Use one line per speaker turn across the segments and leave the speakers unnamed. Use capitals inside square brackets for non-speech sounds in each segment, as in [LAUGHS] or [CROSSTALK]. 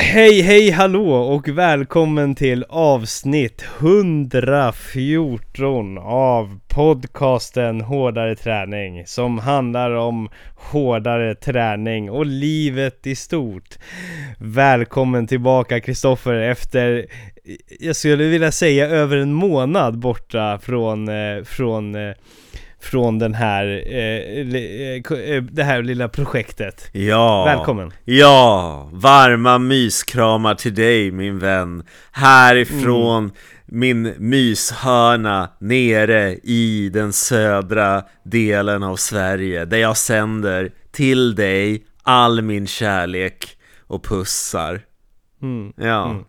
Hej hej hallå och välkommen till avsnitt 114 av podcasten Hårdare träning som handlar om hårdare träning och livet i stort. Välkommen tillbaka Kristoffer efter, jag skulle vilja säga över en månad borta från, eh, från eh, från den här, eh, li- eh, ko- eh, det här lilla projektet.
Ja,
Välkommen!
ja, varma myskramar till dig min vän Härifrån
Mm.
min myshörna nere i den södra delen av Sverige Där jag sänder till dig all min kärlek och pussar
Mm.
Ja,
Mm.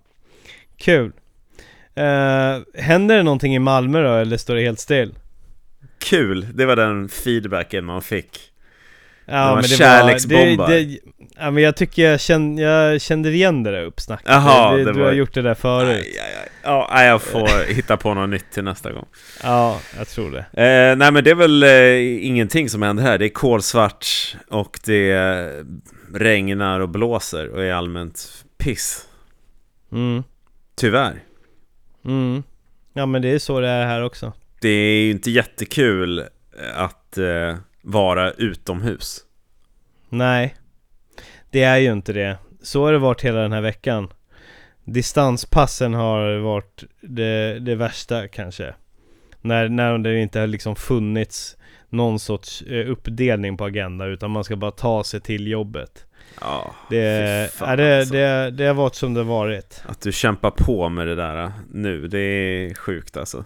Kul! Eh, händer det någonting i Malmö då, eller står det helt still?
kul, det var den feedbacken man fick
Ja,
Det var kärleksbombar.
det- det- Ja men jag tycker jag kände, jag kände igen det där uppsnacket
Jaha,
det,
det
Du
var-
har gjort det där förut
Aj, aj, aj. Ja, nej,
[LAUGHS]
jag får hitta på något nytt till nästa gång
Ja, jag tror det
Eh, nej men det är väl eh, ingenting som händer här. Det är kolsvart och det regnar och blåser och är allmänt piss.
mm.
Tyvärr.
Mm. Ja men det är så det är här också
Det är ju inte jättekul att eh, vara utomhus.
Nej Det är ju inte det Så har det varit hela den här veckan Distanspassen har varit det, det värsta kanske när, när det inte har liksom funnits någon sorts eh, uppdelning på agenda utan man ska bara ta sig till jobbet
Ja,
Det,
fy fan
är det,
alltså.
det, det har varit som det varit
Att du kämpar på med det där eh, nu, det är sjukt alltså.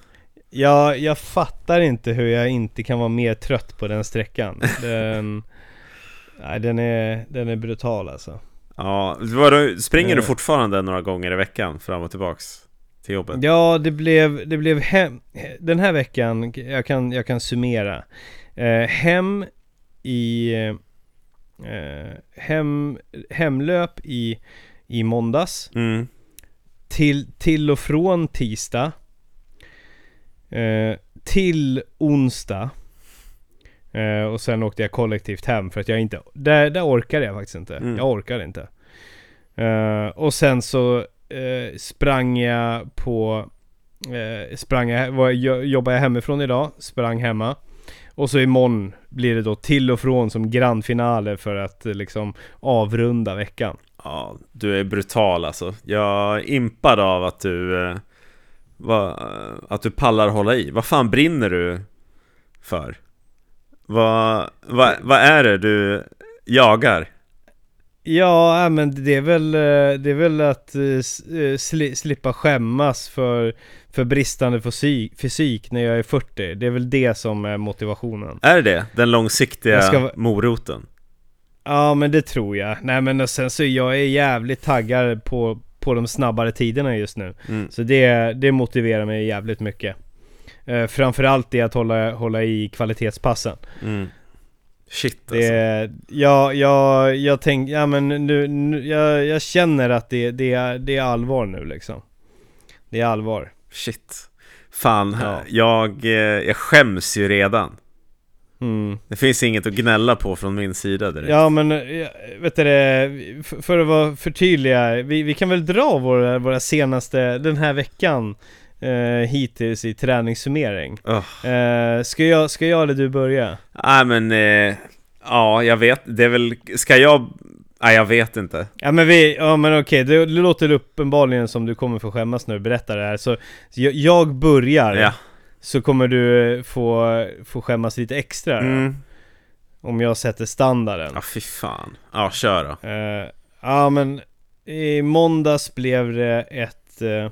jag, jag fattar inte hur jag inte kan vara mer trött på den sträckan
[LAUGHS]
den, nej, den, är, den är brutal alltså
Ja, vadå, springer du
Eh.
fortfarande några gånger i veckan fram och tillbaks till jobbet?
Ja, det blev, det blev hem, den här veckan, jag kan, jag kan summera. Eh, hem i, eh, hem, hemlöp i, i måndags,
Mm.
till, till och från tisdag, eh, till onsdag. Eh, och sen åkte jag kollektivt hem för att jag inte, där, där orkade jag faktiskt inte.
Mm.
Jag orkade inte. Eh, och sen så eh, sprang jag på, eh, sprang jag, var, jo- jobbade jag hemifrån idag, sprang hemma. Och så imorgon blir det då till och från som grand finale för att eh, liksom avrunda veckan.
Ja, du är brutal alltså. Jag är impad av att du, eh, va, eh, att du pallar hålla i. Vad fan brinner du för? Vad va, va är det du jagar?
Ja, äh, men det är väl, eh, det är väl att eh, s- eh, sli, slippa skämmas för, för bristande fysik, fysik när jag är 40. Det är väl det som är motivationen.
Är det det? Den långsiktiga
Jag ska va-
moroten?
Ja, men det tror jag. Nej, men och sen så jag är jävligt taggad på, på de snabbare tiderna just nu.
Mm.
Så det, det motiverar mig jävligt mycket. Eh, framförallt det att hålla, hålla i kvalitetspassen.
Mm. Shit alltså.
Det, jag, jag, jag tänk, ja men nu, nu jag, jag känner att det, det, är, det är allvar nu liksom. Det är allvar.
Shit. Fan,
Ja.
jag, eh, jag skäms ju redan.
Mm.
Det finns inget att gnälla på från min sida direkt.
Ja men, eh, vet du det, f- för att vara förtydliga, vi, vi kan väl dra våra, våra senaste, den här veckan eh, hittills i träningssummering.
Ugh.
Eh, ska, jag, ska jag eller du börja?
Nej men, eh, ja jag vet, det är väl, ska jag, nej jag vet inte
Ja men vi, ja men okej, det, det låter uppenbarligen som du kommer få skämmas när du berättar det här så så jag, jag börjar
Ja,
Så kommer du eh, få, få skämmas lite extra
mm.
om jag sätter standarden
ja fy fan, ja kör då
Eh, Ja men i måndags blev det ett eh,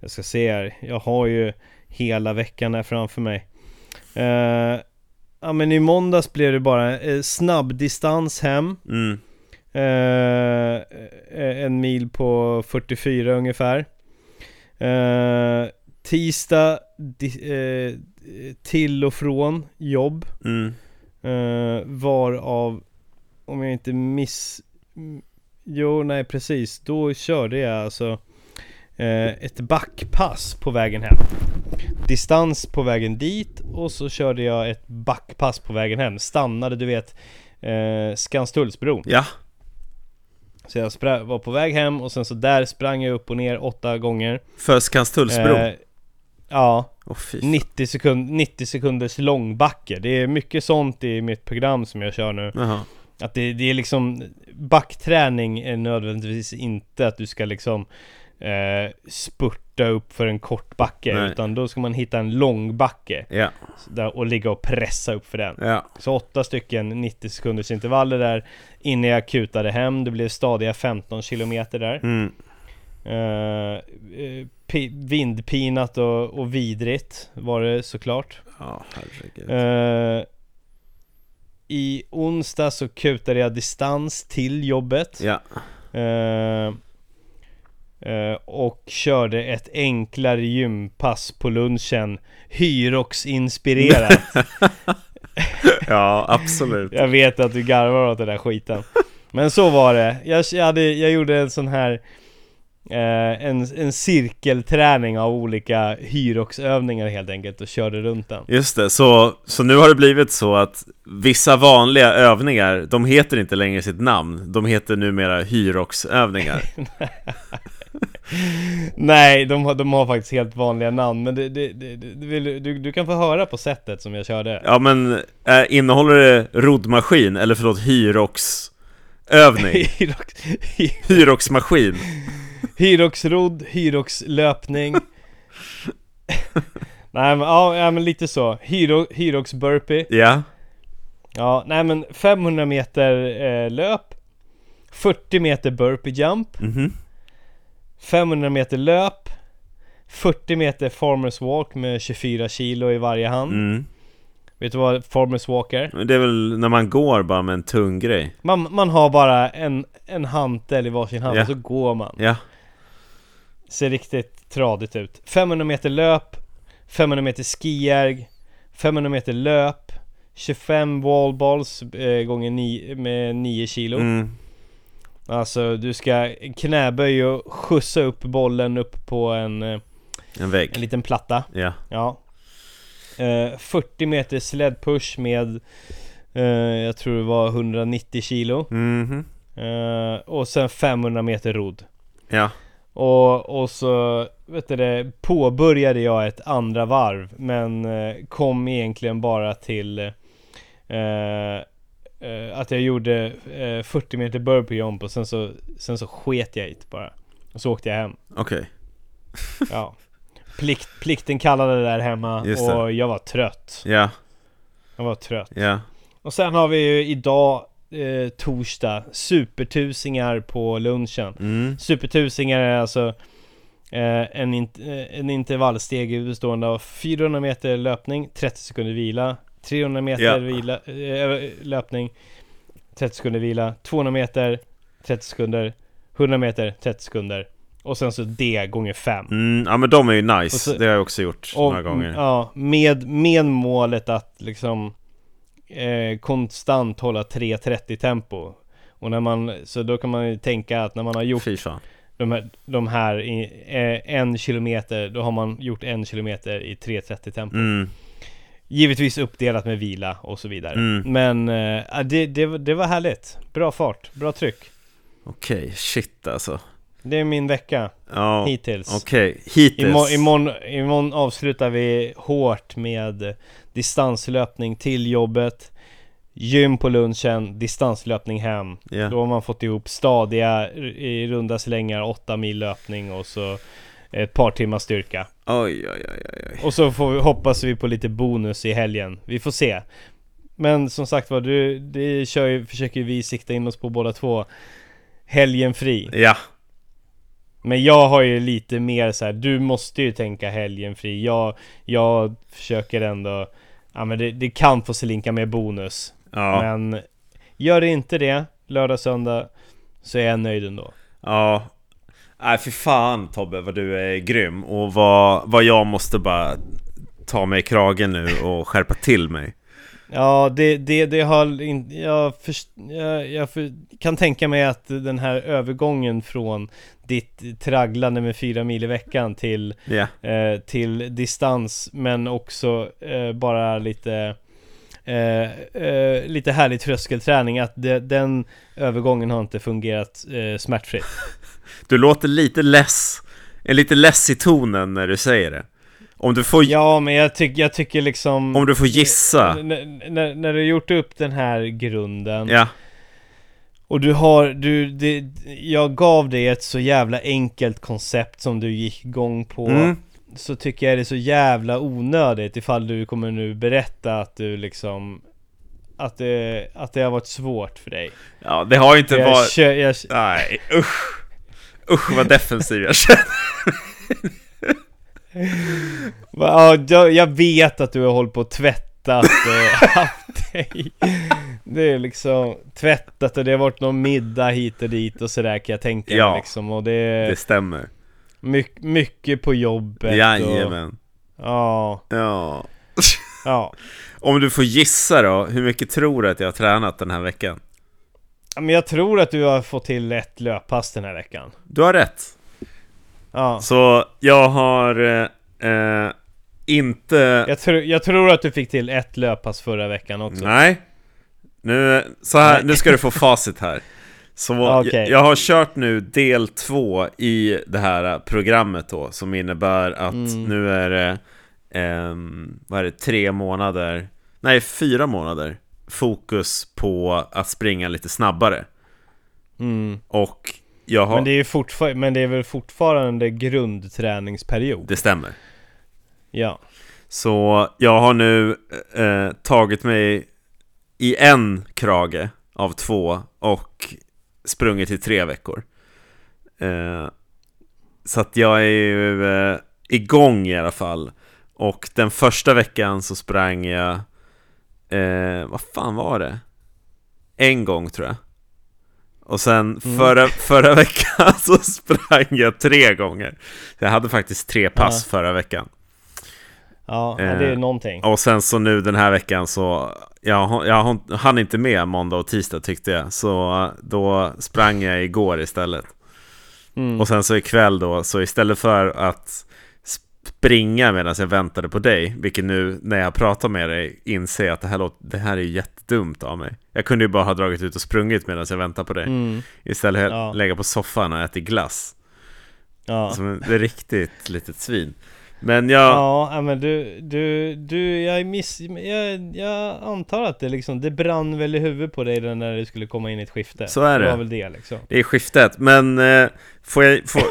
Jag ska se här, jag har ju hela veckan här framför mig Eh, Ja men i måndags blev det bara eh, snabbdistans hem
mm.
Eh, eh, en mil på 44 ungefär. Eh, tisdag di, eh, till och från jobb.
Mm.
Eh, varav, om jag inte miss... mm, Jo, nej precis. Då körde jag alltså eh, ett backpass på vägen hem. Distans på vägen dit och så körde jag ett backpass på vägen hem. Stannade, du vet, eh, Skanstullsbron.
Ja,
Så jag spra- var på väg hem och sen så där sprang jag upp och ner åtta gånger
För Skanstullsbron?
Eh, Ja,
Åh, fy fan.
90, sekund, 90 sekunders långbacke Det är mycket sånt i mitt program som jag kör nu
Jaha.
Att det, det är liksom Backträning är nödvändigtvis inte att du ska liksom eh, Spurta upp för en kort backe
Nej.
Utan då ska man hitta en lång backe
Ja,
så där, Och ligga och pressa upp för den
ja.
Så åtta stycken 90 sekunders intervaller där Innan jag kutade hem Det blev stadiga 15 kilometer där
Mm.
Eh, eh, pi- vindpinat och, och vidrigt var det såklart.
Ja, herregud.
Eh, I onsdag så kutade jag distans till jobbet.
Ja,
Eh, eh, och körde ett enklare gympass på lunchen. Hyrox-inspirerat.
ja absolut.
Jag vet att du garvar åt den där skiten Men så var det Jag, jag, hade, jag gjorde en sån här eh, en, en cirkelträning av olika hyroxövningar helt enkelt och körde runt den
Just det, så, så nu har det blivit så att vissa vanliga övningar, de heter inte längre sitt namn, de heter numera hyroxövningar.
Nej, de, har- de har faktiskt helt vanliga namn men det, det, det, det, vill du- du, du kan få höra på sättet som jag körde
Ja men, eh, innehåller det roddmaskin, eller förlåt, hyroxövning?
[LAUGHS] Hyrox,
[LAUGHS] Hyroxmaskin?
hyroxrodd,
[LAUGHS]
hyroxlöpning Nej men, ja, ja, men lite så, Hyro, hyroxburpee
Ja,
Ja, nej men 500 meter eh, löp 40 meter burpee jump
mhm,
500 meter löp 40 meter farmers walk med 24 kilo i varje hand
mm.
Vet du vad farmers walk är?
Men Det är väl när man går bara med en tung grej?
Man, man har bara en, en hantel i varsin hand
Ja.
och så går man
Ja,
Ser riktigt tradigt ut 500 meter löp 500 meter skijärg 500 meter löp 25 wallballs eh, gånger 9 med 9 kilo
mm.
Alltså du ska knäböj och skjutsa upp bollen upp på en, eh,
en
en
vägg.
liten platta.
Ja,
Ja. Eh, 40 meter sled push med eh, jag tror det var 190 kilo.
mhm,
Eh, och sen 500 meter rodd.
ja,
Och, och så vet du det, påbörjade jag ett andra varv men eh, kom egentligen bara till eh, eh, att jag gjorde eh, 40 meter burpee jump och sen så, sen så sket jag i det bara. Och så åkte jag
[LAUGHS]
hem.
okej.
Ja. Plikt, plikten kallade där hemma
Just det.
och jag var trött.
Ja,
Jag var trött.
ja.
Och sen har vi ju idag eh, torsdag supertusingar på lunchen.
Mm.
Supertusingar är alltså eh, en, int- eh, en intervallsteg bestående av 400 meter löpning, 30 sekunder vila, 300 meter
Ja.
vila, eh, löpning, 30 sekunder vila, 200 meter, 30 sekunder, 100 meter, 30 sekunder och sen så D gånger 5.
Mm, ja men de är ju nice,
Och så-
det har jag också gjort
Och,
några gånger.
Ja, med, med målet att liksom eh, konstant hålla 3.30 tempo. Och när man, så då kan man ju tänka att när man har gjort
Fy fan.
de här, de här i, eh, en kilometer, då har man gjort en kilometer i 3.30 tempo.
Mm.
Givetvis uppdelat med vila och så vidare.
Mm.
Men eh, ja, det, det, var- det var härligt. Bra fart, bra tryck.
Okej, shit alltså.
Det är min vecka
Ja,
hittills.
okej. Hittills.
Imorgon, imorgon, imorgon avslutar vi hårt med distanslöpning till jobbet Gym på lunchen, distanslöpning hem
Ja.
Då har man fått ihop stadiga i runda slängar 8 mil löpning och så ett par timmar styrka
Oj, oj, oj, oj, oj.
Och så får vi, hoppas vi på lite bonus i helgen Vi får se Men som sagt var, du, det kör ju, försöker vi sikta in oss på båda två Helgen fri
Ja,
men jag har ju lite mer så här, du måste ju tänka helgen fri. Jag, jag försöker ändå, ja men det, det kan få slinka med bonus.
ja,
Men gör det inte det, lördag, söndag, så är jag nöjd ändå.
ja. Nej, fy fan Tobbe vad du är grym och vad, vad jag måste bara ta mig i kragen nu och skärpa till mig.
Ja, det, det, det har in, jag, först- jag, jag för, kan tänka mig att den här övergången från ditt tragglande med fyra mil i veckan till
Ja,
eh, till distans men också eh, bara lite eh, eh, lite härlig tröskelträning att det, den övergången har inte fungerat eh, smärtfritt.
Du låter lite less, är lite less i tonen när du säger det. Om du får,
Ja, men jag, tyck, jag tycker liksom...
om du får gissa.
N- när, när du gjort upp den här grunden
Ja,
och du har, du, det, jag gav dig ett så jävla enkelt koncept som du gick igång på
Mm.
Så tycker jag det är så jävla onödigt ifall du kommer nu berätta att du liksom Att det, att det har varit svårt för dig
ja det har ju inte
jag,
varit...
kö- jag,
Nej, usch. Usch vad defensiv jag känner.
Ja, jag, jag vet att du har hållit på och tvättat och [LAUGHS] haft dig Det är liksom tvättat och det har varit någon middag hit och dit och sådär kan jag tänka mig
Ja.
liksom Och det är
Det stämmer.
my- mycket på jobbet och,
Jajamän.
Ja,
Ja.
ja
Om du får gissa då, hur mycket tror du att jag har tränat den här veckan?
Ja, Men jag tror att du har fått till ett löppass den här veckan
Du har rätt.
Ja
Så jag har eh, eh, inte...
jag, tror jag tror att du fick till ett löppass förra veckan också
Nej. Nu, så här,
Nej.
nu ska du få facit här.
[LAUGHS]
Så
Okej.
jag, jag har kört nu del två i det här programmet då, som innebär att
Mm.
nu är det, ehm, vad är det, tre månader, nej fyra månader, fokus på att springa lite snabbare.
mm.
Och jag har...
Men det är ju fortfarande, men det är väl fortfarande grundträningsperiod?
det stämmer.
Ja
Så jag har nu eh, tagit mig i en krage av två och sprungit i tre veckor. Eh, så att jag är ju eh, igång i alla fall. Och den första veckan så sprang jag, eh, vad fan var det? En gång tror jag. Och sen
Mm.
förra, förra [LAUGHS] veckan så sprang jag tre gånger. Jag hade faktiskt tre pass förra veckan.
Ja, ja, det är
Eh.
någonting
Och sen så nu den här veckan så jag, jag hann inte med måndag och tisdag tyckte jag Så eh, då sprang jag igår istället
Mm.
Och sen så ikväll då Så istället för att springa medan jag väntade på dig Vilket nu när jag pratar med dig inser jag att det här, låter, det här är jättedumt av mig Jag kunde ju bara ha dragit ut och sprungit medan jag väntar på dig
Mm.
Istället
Ja.
lägga på soffan och äta glass
Ja.
Som ett riktigt litet svin Men jag,
Ja, ja, men du, du, du, jag miss, jag, jag antar att det liksom, det brann väl i huvudet på dig när du skulle komma in i ett skifte
Så är det.
Det var väl det liksom
Det är skiftet, men eh, får, jag, får,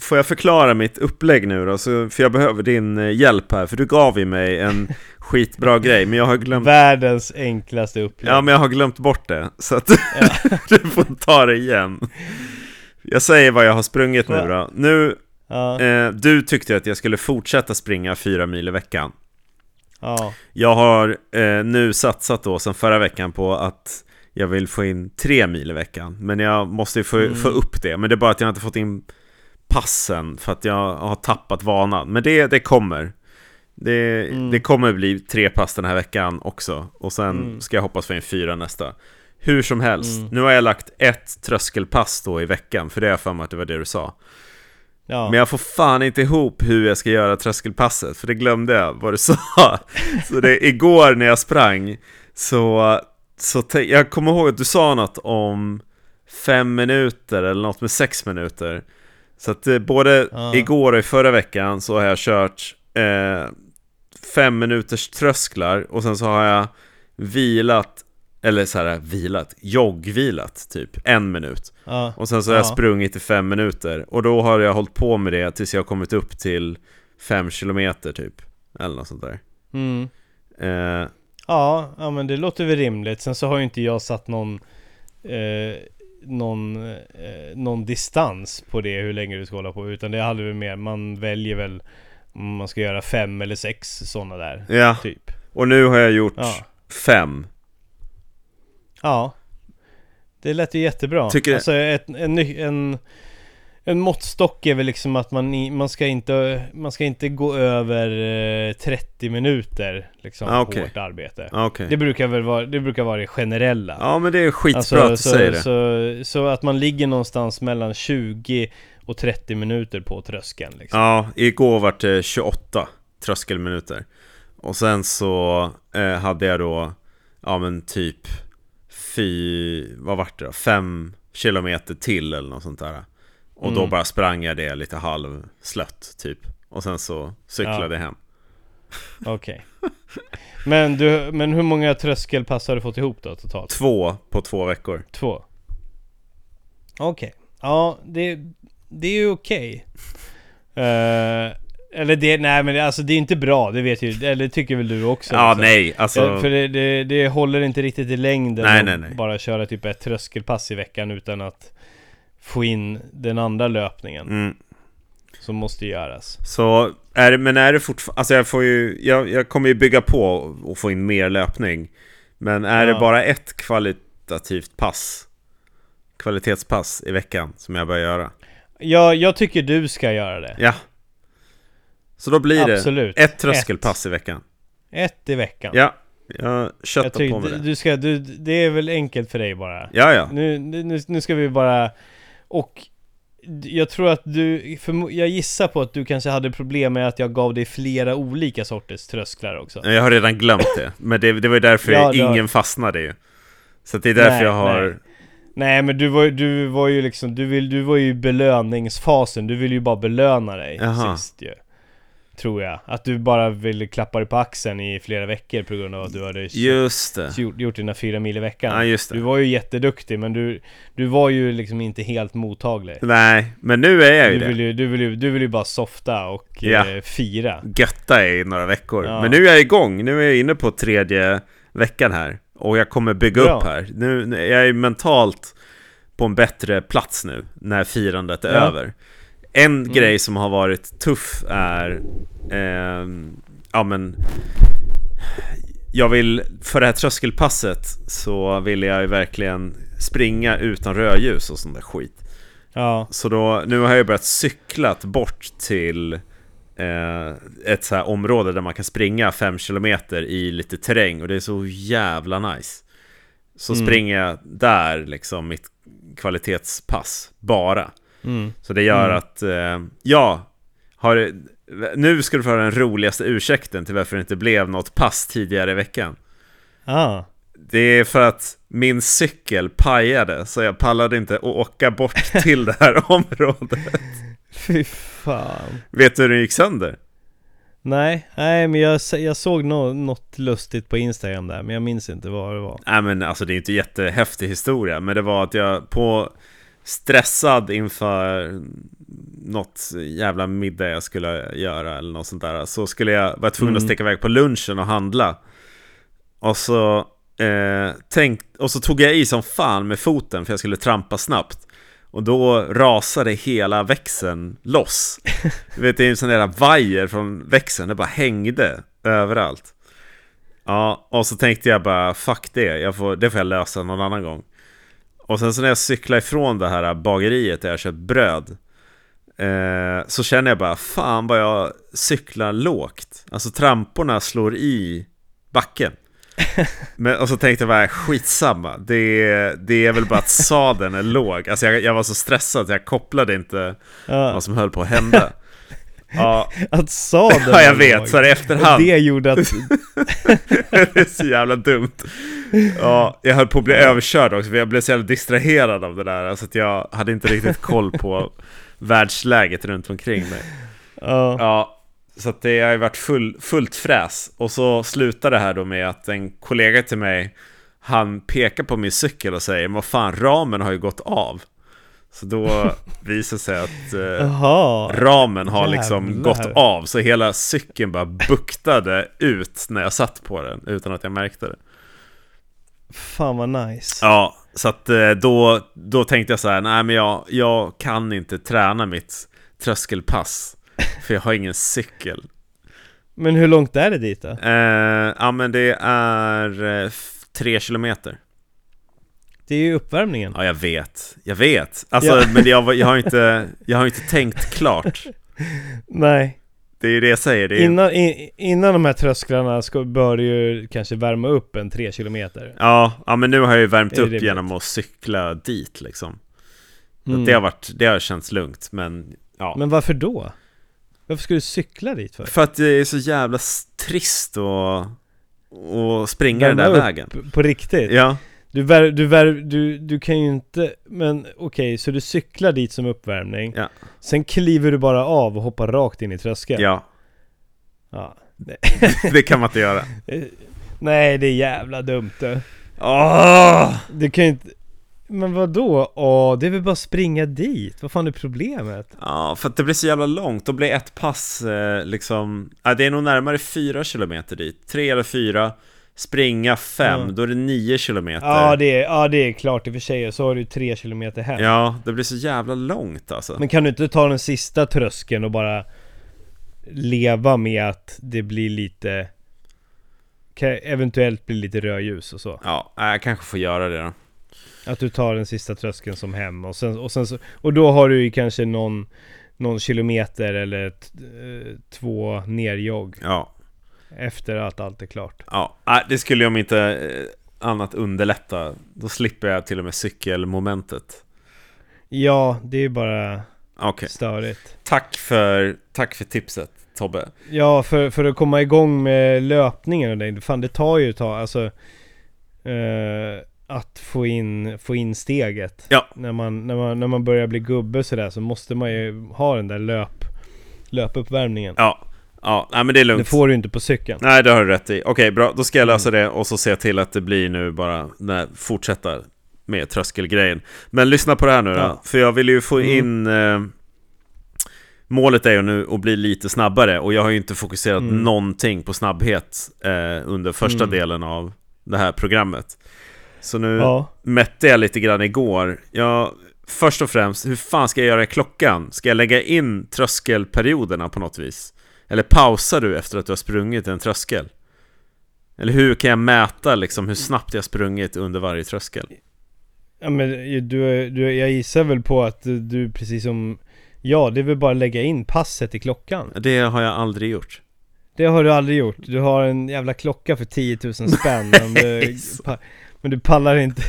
får jag förklara mitt upplägg nu då? Så, för jag behöver din eh, hjälp här, för du gav ju mig en skitbra grej, men jag har glömt,
Världens enklaste upplägg
ja, men jag har glömt bort det. Så att [LAUGHS] du får ta det igen. Jag säger vad jag har sprungit nu då. Nu,
ja,
eh, du tyckte att jag skulle fortsätta springa fyra mil i veckan.
ja,
Jag har eh, nu satsat då sen förra veckan på att jag vill få in tre mil i veckan Men jag måste ju få,
Mm.
få upp det Men det är bara att jag inte fått in passen för att jag har tappat vanan Men det, det kommer det,
Mm.
det kommer bli tre pass den här veckan också Och sen
Mm.
ska jag hoppas få in fyra nästa Hur som helst,
Mm.
nu har jag lagt ett tröskelpass då i veckan För det har jag för mig att det var det du sa
ja.
men jag får fan inte ihop hur jag ska göra tröskelpasset, för det glömde jag vad du sa. [LAUGHS] Så det, igår när jag sprang, så, så te- jag kommer ihåg att du sa något om fem minuter eller något med sex minuter. Så att eh, både
Ja.
igår och i förra veckan så har jag kört eh, fem minuters trösklar och sen så har jag vilat, eller så här vilat, joggvilat typ en minut.
ja.
Och sen så har jag
Ja.
sprungit i fem minuter Och då har jag hållit på med det tills jag har kommit upp till fem kilometer typ Eller något sånt där
Mm.
eh,
Ja, ja men det låter väl rimligt. Sen så har ju inte jag satt någon eh, någon, eh, någon distans på det hur länge du ska hålla på. Utan det hade väl mer, man väljer väl om man ska göra fem eller sex sådana där.
Ja,
Typ.
och nu har jag gjort
Ja.
fem
Ja. Det lät ju jättebra.
Tycker-
Alltså ett, en, ny- en, en måttstock är väl liksom att man, i- man, ska, inte, man ska inte gå över eh, 30 minuter liksom
Ah, okej.
hårt arbete.
Ja, Okej
Det brukar väl vara det, brukar vara det generella.
Ja men det är skitbra att du
Alltså, så,
säger det
så, så att man ligger någonstans mellan 20 och 30 minuter på tröskeln liksom.
Ja, igår var det 28 tröskelminuter Och sen så eh, hade jag då, ja men typ, fy, vad vart det då? Fem kilometer till eller något sånt där. Och då
Mm.
bara sprang jag det lite halvslött typ. Och sen så cyklade
Ja.
jag hem.
Okej. Men, du, men hur många tröskelpass har du fått ihop då totalt?
Två på två veckor.
Två. Okej. Ja, det, det är ju okej. Eh, eller det, nej men det, alltså det är inte bra, det vet ju, eller tycker väl du också?
Ja,
liksom.
nej, alltså.
Eh, För det, det, det håller inte riktigt i längden
Nej,
att
nej, nej.
bara köra typ ett tröskelpass i veckan utan att få in den andra löpningen
Mm.
som måste göras.
Så, är det, men är det fortfarande, alltså jag får ju, jag, jag kommer ju bygga på och få in mer löpning. Men är
Ja.
det bara ett kvalitativt pass, kvalitetspass i veckan som jag börjar göra?
Ja, jag tycker du ska göra det.
Ja. Så då blir
Absolut.
det ett tröskelpass i veckan.
Ett i veckan.
Ja, jag köttar
jag tycker
på med
du,
det.
du ska, du, det är väl enkelt för dig bara.
Ja, ja.
Nu, nu, nu ska vi bara... Och jag tror att du... För jag gissar på att du kanske hade problem med att jag gav dig flera olika sorters trösklar också.
Jag har redan glömt det. Men det, det var ju därför
Ja, det har-
ingen fastnade ju. Så att det är därför
Nej,
jag har...
nej. Nej men du var, ju- du var ju liksom, du, vill, du var ju i belöningsfasen, du ville ju bara belöna dig
Jaha.
sist ju Tror jag, att du bara ville klappa dig på axeln i flera veckor på grund av att du hade
Just det.
gjort, gjort dina fyra mil i veckan
Ja, just det.
Du var ju jätteduktig men du, du var ju liksom inte helt mottaglig
Nej, men nu är jag ju
Du
det.
vill ju, du vill ju, du vill ju bara softa och
Ja.
eh, fira
götta i några veckor.
Ja.
Men nu är jag igång, nu är jag inne på tredje veckan här. Och jag kommer bygga
Bra.
upp här. Nu, nu, jag är mentalt på en bättre plats nu, när firandet är
Ja. Mm.
över. En grej som har varit tuff är, ehm, ja men, jag vill, för det här tröskelpasset så vill jag ju verkligen springa utan rödljus och sån där skit.
Ja,
Så då, nu har jag börjat cyklat bort till eh, ett så här område där man kan springa 5 km i lite terräng och det är så jävla nice. Så
Mm.
springer jag där liksom mitt kvalitetspass bara.
mm.
Så det gör
Mm.
att, eh, ja, har, nu ska du få höra den roligaste ursäkten till varför det inte blev något pass tidigare i veckan.
Ah.
Det är för att min cykel pajade så jag pallade inte att åka bort [LAUGHS] till det här området.
Fy fan
Vet du hur den gick sönder?
Nej, nej men jag, se- jag såg nå- något lustigt på Instagram där men jag minns inte vad det var
Nej men alltså det är inte jättehäftig historia Men det var att jag på stressad inför något jävla middag jag skulle göra eller något sånt där Så skulle jag vara tvungen att
Mm.
sticka iväg på lunchen och handla Och så, eh, tänk, och så tog jag i som fan med foten för jag skulle trampa snabbt och då rasade hela växeln loss. Du vet, det är en sån där vajer från växeln, det bara hängde överallt. Ja, och så tänkte jag bara fuck det, jag får, det får jag lösa någon annan gång. Och sen så när jag cyklar ifrån det här bageriet där jag köpt bröd eh, Så känner jag bara fan vad jag cyklar lågt Alltså tramporna slår i
[LAUGHS]
backen Men, Och så tänkte jag bara skitsamma Det, det är väl bara att sadeln är låg Alltså jag, jag var så stressad att jag kopplade inte
Ja.
vad som höll på
[LAUGHS]
att hända Ja,
Att sadeln
[LAUGHS] ja jag
var
vet,
låg.
så här i
Och
efterhand
det gjorde att...
[LAUGHS] det är så jävla dumt. Ja, jag höll på att bli överkörd också, för jag blev så jävla distraherad av det där. Så att jag hade inte riktigt koll på världsläget runt omkring mig.
Ja,
Ja, så att det har ju varit full, fullt fräs. Och så slutar det här då med att en kollega till mig, han pekar på min cykel och säger vad fan, ramen har ju gått av. Så då visar det sig att eh,
jaha
ramen har liksom
Jävlar.
gått av, så hela cykeln bara buktade ut när jag satt på den utan att jag märkte det.
Fan vad nice
Ja, så att eh, då, då tänkte jag så här, nej men jag, jag kan inte träna mitt tröskelpass, för jag har ingen cykel.
Men hur långt är det dit då?
Eh, ja men det är eh, f- tre kilometer.
Det är ju uppvärmningen
Ja jag vet, jag vet. Alltså
Ja.
men jag, var- jag har inte, jag har inte tänkt klart.
Nej
Det är ju det jag säger, det är,
Innan, i- innan de här trösklarna ska, bör det ju kanske värma upp en tre kilometer
ja, ja men nu har jag ju värmt
Det är
upp
rimligt.
genom att cykla dit liksom. Så
Mm.
att Det, har varit, det har känts lugnt, men ja.
Men varför då? Varför ska du cykla dit för?
För att det är så jävla s- trist att, att springa den där
Värma upp
vägen.
P- På riktigt?
Ja,
Du, vär, du, vär, du, du kan ju inte, men okej, så du cyklar dit som uppvärmning
Ja.
Sen kliver du bara av och hoppar rakt in i tröskeln
ja,
Ja.
det kan man inte göra.
Eh, Nej, det är jävla dumt eh. du.
Åh!
Du kan ju inte... Men vad då? Åh, det är väl bara att springa dit? Vad fan är problemet?
Ja, för att det blir så jävla långt. Då blir ett pass eh, liksom... Ja, det är nog närmare fyra kilometer dit. Tre eller fyra. Springa fem,
Mm.
då är det nio kilometer.
Ja, det är, ja, det är klart i och för sig, och så har du tre kilometer hem
Ja, det blir så jävla långt alltså.
Men kan du inte ta den sista tröskeln och bara leva med att det blir lite kan eventuellt bli lite rödljus och så.
Ja, nej, jag kanske får göra det då.
Att du tar den sista tröskeln som hem och sen, och sen så, och då har du ju kanske någon någon kilometer eller t- eh, två nerjogg
Ja,
efter att allt är klart.
ja. Nej, det skulle ju om inte eh, annat underlätta. Då slipper jag till och med cykelmomentet.
Ja, det är bara
Okej,
störigt.
tack, för, tack för tipset Tobbe.
Ja, för, för att komma igång med löpningen och det, fan det tar ju ett tag, alltså eh, Att få in, få in steget
Ja.
när, man, när, man, när man börjar bli gubbe sådär så måste man ju ha den där löp Löpuppvärmningen
Ja, ja nej, men det är lugnt.
Det får du inte på cykeln
Nej, det har du rätt i. Okej, bra. Då ska
Mm.
jag lösa det och så se till att det blir nu bara, nej, fortsätta med tröskelgrejen. Men lyssna på det här nu då,
Ja.
för jag vill ju få
Mm.
in... Eh, målet är ju nu att bli lite snabbare och jag har ju inte fokuserat
Mm.
någonting på snabbhet eh, under första
Mm.
delen av det här programmet. Så nu
Ja,
mätte jag lite grann igår. Jag, först och främst, hur fan ska jag göra i klockan? Ska jag lägga in tröskelperioderna på något vis? Eller pausar du efter att du har sprungit en tröskel? Eller hur kan jag mäta liksom hur snabbt jag sprungit under varje tröskel?
ja men eh, du, du, jag gissar väl på att du precis som Ja, det är väl bara att lägga in passet i klockan
Det har jag aldrig gjort.
Det har du aldrig gjort. Du har en jävla klocka för 10 000 spänn men, du, pa, men du pallar inte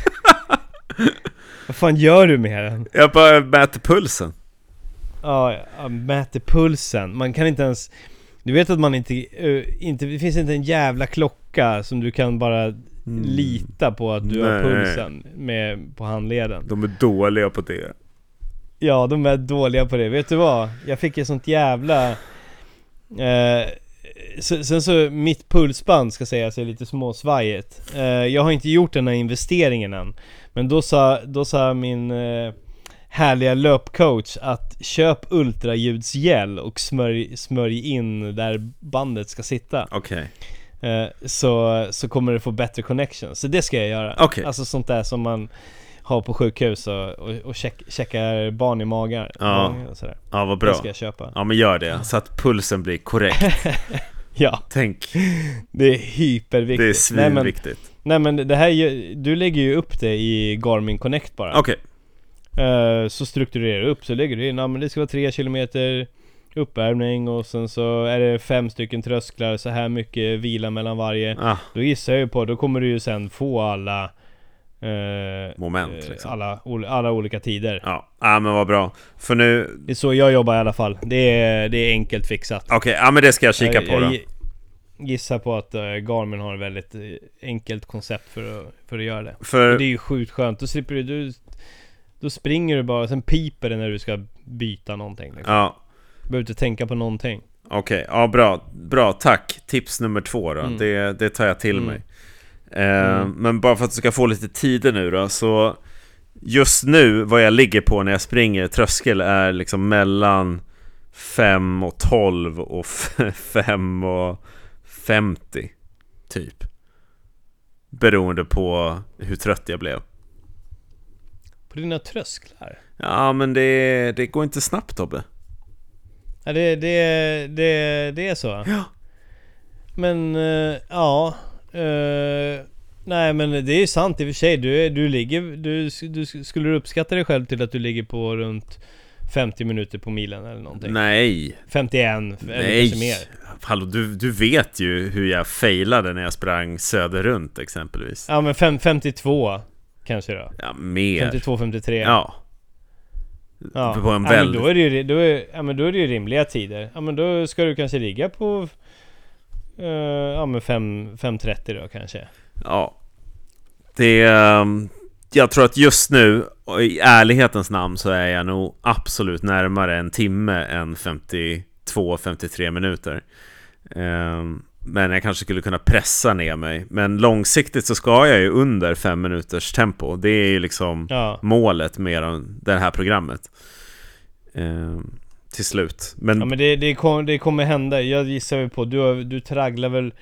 Vad fan gör du med den?
Jag bara mäter pulsen.
Ja, ja, mäter pulsen. Man kan inte ens Du vet att man inte, eh, inte Det finns inte en jävla klocka som du kan bara
Mm.
lita på att du har
Nej.
pulsen med på handleden
De är dåliga på det.
Ja, de är dåliga på det. Vet du vad? Jag fick ett sånt jävla... Eh, se- sen så, mitt pulsband ska sägas är lite småsvajigt. Eh, jag har inte gjort den här investeringen än. Men då sa, då sa min eh, härliga löpcoach att köp ultraljudsgel och smörj, smörj in där bandet ska sitta.
Okej.
Eh, så, så kommer du få bättre connection. Så det ska jag göra.
Okej.
Alltså sånt där som man har på sjukhus och, och, och check, checkar barn i magar.
Ja,
magen och sådär.
Ja, vad
Det
bra.
ska jag köpa.
Ja, men gör det. Så att pulsen
[LAUGHS]
blir korrekt.
Ja,
Tänk,
det är
det är
hyperviktigt. nej, men,
svinviktigt.
nej men det här, är ju- du lägger ju upp det i Garmin Connect bara.
Okej.
Eh, så strukturerar du upp, så lägger du in, ja men det ska vara 3 km uppvärmning och sen så är det fem stycken trösklar, så här mycket vila mellan varje.
Ah,
Då gissar jag ju på, då kommer du ju sen få alla eh,
moment
eh,
liksom.
alla, ol- alla olika tider.
Ja, ah, men vad bra. För nu,
Det är så jag jobbar i alla fall. Det är, det är enkelt fixat.
Okej, ja men det ska jag kika
jag,
på då.
jag gi- gissar på att eh, Garmin har ett väldigt eh, enkelt koncept för att, för att göra det.
För,
Det är ju sjukt skönt. Då slipper du, du... Då springer du bara, sen piper det när du ska byta någonting. Liksom.
ja,
Behöver inte tänka på någonting.
okej, ja bra, bra, tack. Tips nummer två då,
Mm.
det, det tar jag till
Mm.
mig. Eh,
Mm.
Men bara för att du ska få lite tider nu då, så just nu vad jag ligger på när jag springer tröskel är liksom mellan 5 och 12 och [LAUGHS] 5 och 50, typ. Beroende på hur trött jag blev.
På dina trösklar.
Ja men det, det går inte snabbt Tobbe.
Ja, det, det, det, det är så?
Ja.
Men, eh, ja... eh, nej men det är ju sant i och för sig. Du, är- du ligger... Du, du, skulle du uppskatta dig själv till att du ligger på runt 50 minuter på milen eller någonting?
Nej,
51 eller kanske mer.
Nej! Hallå, du, du vet ju hur jag failade när jag sprang söder runt exempelvis.
Ja men fem, 52 kanske då.
Ja, mer.
52, 53.
Ja.
Ja.
På en
ja, men
väldigt...
då är det ju, då är, ja, men då är det ju rimliga tider. Ja, men då ska du kanske ligga på... eh, ja men fem- 5.30 då kanske.
Ja. Det... ehm, Jag tror att just nu, och i ärlighetens namn, så är jag nog absolut närmare en timme än 52-53 minuter. Ehm, Men jag kanske skulle kunna pressa ner mig. Men långsiktigt så ska jag ju under fem minuters tempo. Det är ju liksom
Ja.
målet med den- det här programmet. Ehm, Till slut. Men,
Ja men det, det, kom, det kommer hända, jag gissar väl på, du, har- du tragglar väl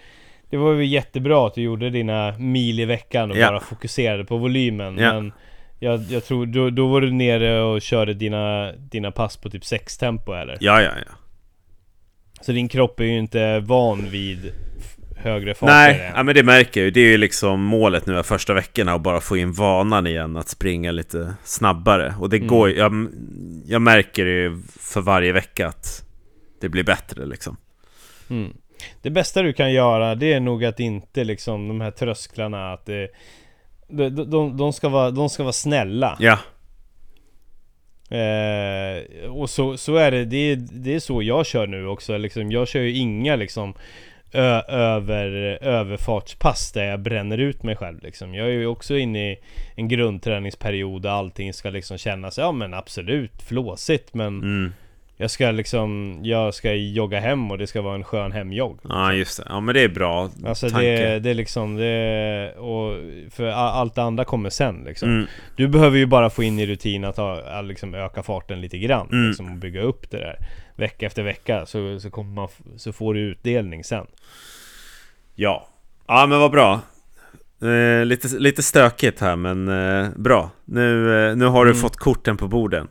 Det var ju jättebra att du gjorde dina mil i veckan och
Ja.
bara fokuserade på volymen
Ja.
men jag, jag tror, då, då var du nere och körde dina, dina pass på typ 6 tempo eller?
ja, ja, ja.
Så din kropp är ju inte van vid f- högre farter
Nej,
än.
ja, men det märker jag ju. Det är ju liksom målet nu de första veckorna att bara få in vanan igen att springa lite snabbare. Och det går ju, jag, jag märker det ju för varje vecka att det blir bättre liksom.
Mm. Det bästa du kan göra det är nog att inte liksom de här trösklarna att det, de, de- de, de, ska vara, de ska vara snälla
Ja,
Eh, och så, så är det. det, är- det är så jag kör nu också. Liksom, jag kör ju inga liksom ö, över, överfartspass där jag bränner ut mig själv. Liksom. Jag är ju också inne i en grundträningsperiod där allting ska liksom kännas, ja men absolut flåsigt men
mm.
jag ska liksom, jag ska jogga hem och det ska vara en skön hemjogg.
ja just det. Ja men det är bra
Alltså
tanke.
det, det är liksom, det, och för a- allt det andra kommer sen liksom.
Mm.
Du behöver ju bara få in i rutin att, ha, att liksom öka farten lite grann
Mm.
liksom, och bygga upp det där Vecka efter vecka så, så, kommer man, f- så får du utdelning sen
Ja. ja, men vad bra. Eh, lite, lite stökigt här men eh, bra. Nu, eh, nu har du
Mm.
fått korten på borden.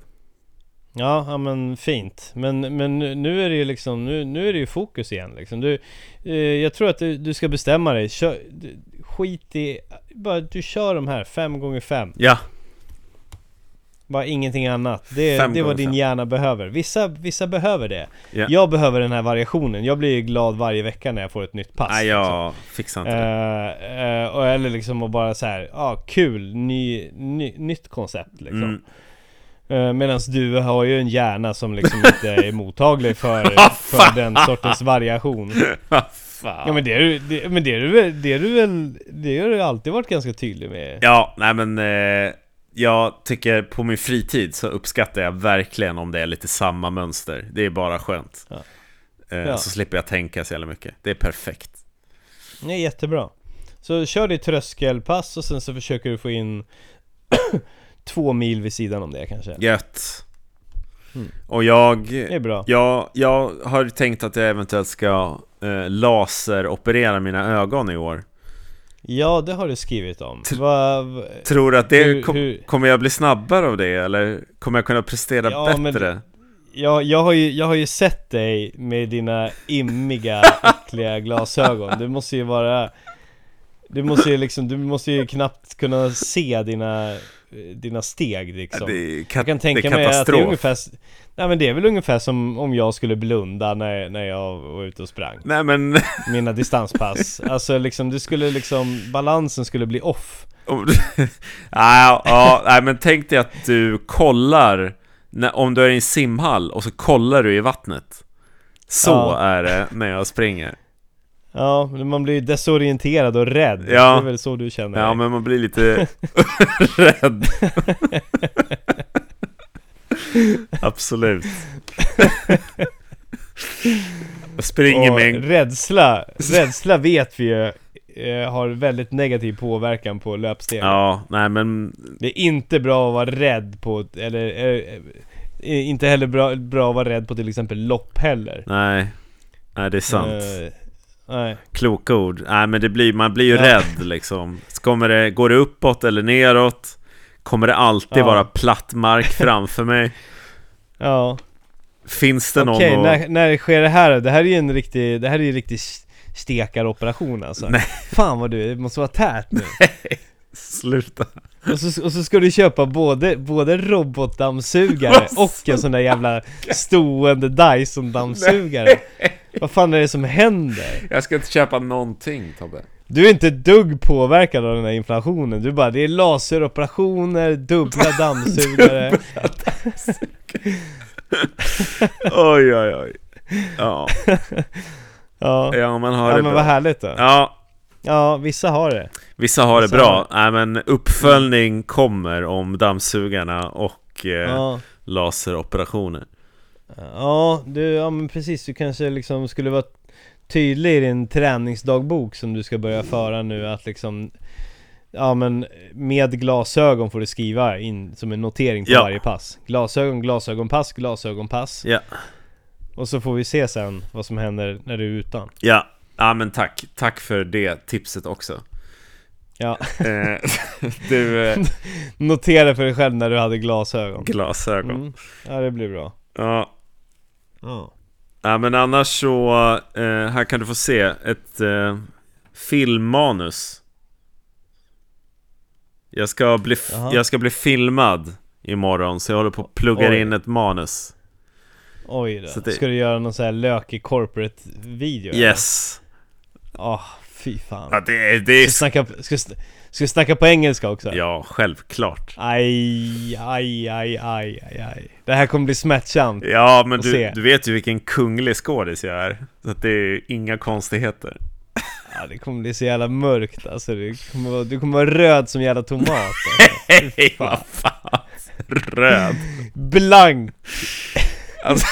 Ja, ja men fint Men, men nu- nu är det ju liksom, nu, nu är det ju fokus igen liksom. du, eh, Jag tror att du, du ska bestämma dig kör, du, Skit i, bara du kör de här 5 gånger 5
Ja,
Bara ingenting annat. Det,
Fem
det är vad
gånger
din
fem.
hjärna behöver. Vissa, vissa behöver det.
Ja.
Jag behöver den här variationen. Jag blir ju glad varje vecka när jag får ett nytt pass.
nej
liksom.
jag fixar inte det.
Eh, eh, och eller liksom att bara så här, ja ah, kul, ny, ny, nytt koncept liksom.
Mm.
Medan du har ju en hjärna som liksom
[LAUGHS]
inte är mottaglig för, för den sortens
[LAUGHS]
variation.
Fan.
Ja men det är du, det, men det är du väl, det är du väl, det har du alltid varit ganska tydlig med.
Ja, nej men eh, jag tycker på min fritid så uppskattar jag verkligen om det är lite samma mönster. Det är bara skönt.
Ja.
Eh,
Ja.
Så slipper jag tänka så jävla mycket. Det är perfekt.
Det är jättebra. Så kör ditt tröskelpass och sen så försöker du få in [COUGHS] två mil vid sidan om det kanske.
Gött.
Mm.
Och jag,
Det är bra.
jag, jag har tänkt att jag eventuellt ska eh, laseroperera mina ögon i år.
Ja, det har du skrivit om. Va, va,
Tror du att det
Hur-
kom,
hur-
kommer jag bli snabbare av det eller kommer jag kunna prestera
Ja, men-
bättre?
jag, jag, har ju, jag har ju sett dig med dina
[LAUGHS]
immiga, äckliga glasögon. Du måste ju vara... Du måste ju liksom, du måste ju knappt kunna se dina, dina steg liksom.
det, är kat-
Jag kan
det
tänka
är
mig att det
katastrof.
är ungefär... s- Nej men det är väl ungefär som om jag skulle blunda när, när jag var ute och sprang.
Nej men,
mina distanspass. Alltså liksom, du skulle liksom, balansen skulle bli off.
Om du- [LAUGHS] ja, ja, nej, men tänk dig att du kollar när, om du är i en simhall och så kollar du i vattnet. Så
Ja.
är det när jag springer.
Ja, men man blir ju desorienterad och rädd.
Ja.
Det är väl så du känner
Ja,
dig.
men man
[LAUGHS]
blir lite rädd. Absolut. Jag springer
och
med en...
rädsla, rädsla vet vi ju eh, har väldigt negativ påverkan på löpsteg.
Ja, nej men...
Det är inte bra att vara rädd på, eller eh, eh, inte heller bra, bra att vara rädd på till exempel lopp heller.
Nej. Nej, det är sant.
Eh, nej.
Kloka ord. Nej men det blir, man blir ju
Ja.
rädd liksom. Kommer det, går det uppåt eller neråt? Kommer det alltid
Ja.
vara platt mark framför mig?
Ja.
Finns det någon
Okej,
att...
när, när sker det här då? Det här är ju en riktig, det här är ju en riktig s- stekaroperation alltså
[LAUGHS] Nej.
Fan vad du, det måste vara tärt nu
Sluta.
och så, och så ska du köpa både, både robotdammsugare och en sån där jävla stående Dyson-dammsugare Vad fan är det som händer?
Jag ska inte köpa någonting Tobbe.
Du är inte ett dugg påverkad av den här
[LAUGHS]
inflationen Du bara, det är laseroperationer, dubbla dammsugare
Oj, oj, oj. Ja,
Ja, ja,
ja man har det
men
bra.
vad härligt då.
Ja,
Ja, vissa har det.
vissa har det
Vissa
bra. Nej, men uppföljning kommer om dammsugarna och eh,
Ja.
laseroperationer.
Ja, du, ja men precis. Du kanske liksom skulle vara tydlig i din träningsdagbok som du ska börja föra nu att liksom Ja men med glasögon får du skriva in som en notering på
Ja.
varje pass Glasögon, glasögonpass, glasögonpass
Ja,
Och så får vi se sen vad som händer när du är utan
ja. Ja men tack, tack för det tipset också
Ja, [LAUGHS]
eh, [LAUGHS] Du, eh,
notera för dig själv när du hade glasögon
glasögon
mm. Ja det blir bra
Ja,
Ja,
ja men annars så, eh, här kan du få se ett eh, filmmanus jag ska, bli f-
Jaha.
jag ska bli filmad imorgon så jag håller på och pluggar
Oj.
in ett manus
oj
Så
då
det-
Ska du göra någon sån här lökig corporate video?
Yes!
Ah, fy fan
Ja, det, är- det är...
Ska snacka, ska, ska vi snacka på engelska också?
Ja, självklart
Aj, aj, aj, aj, aj, aj. Det här kommer bli smärtsamt.
Ja, men
Och
du,
se.
du vet ju vilken kunglig skådis jag är Så att det är inga konstigheter
Ja, Ah, det kommer bli så jävla mörkt alltså. Du kommer, vara- du kommer vara röd som jävla tomat. [LAUGHS] Alltså.
[LAUGHS] Hej, vad fan! Röd!
Blank!
[LAUGHS] Alltså,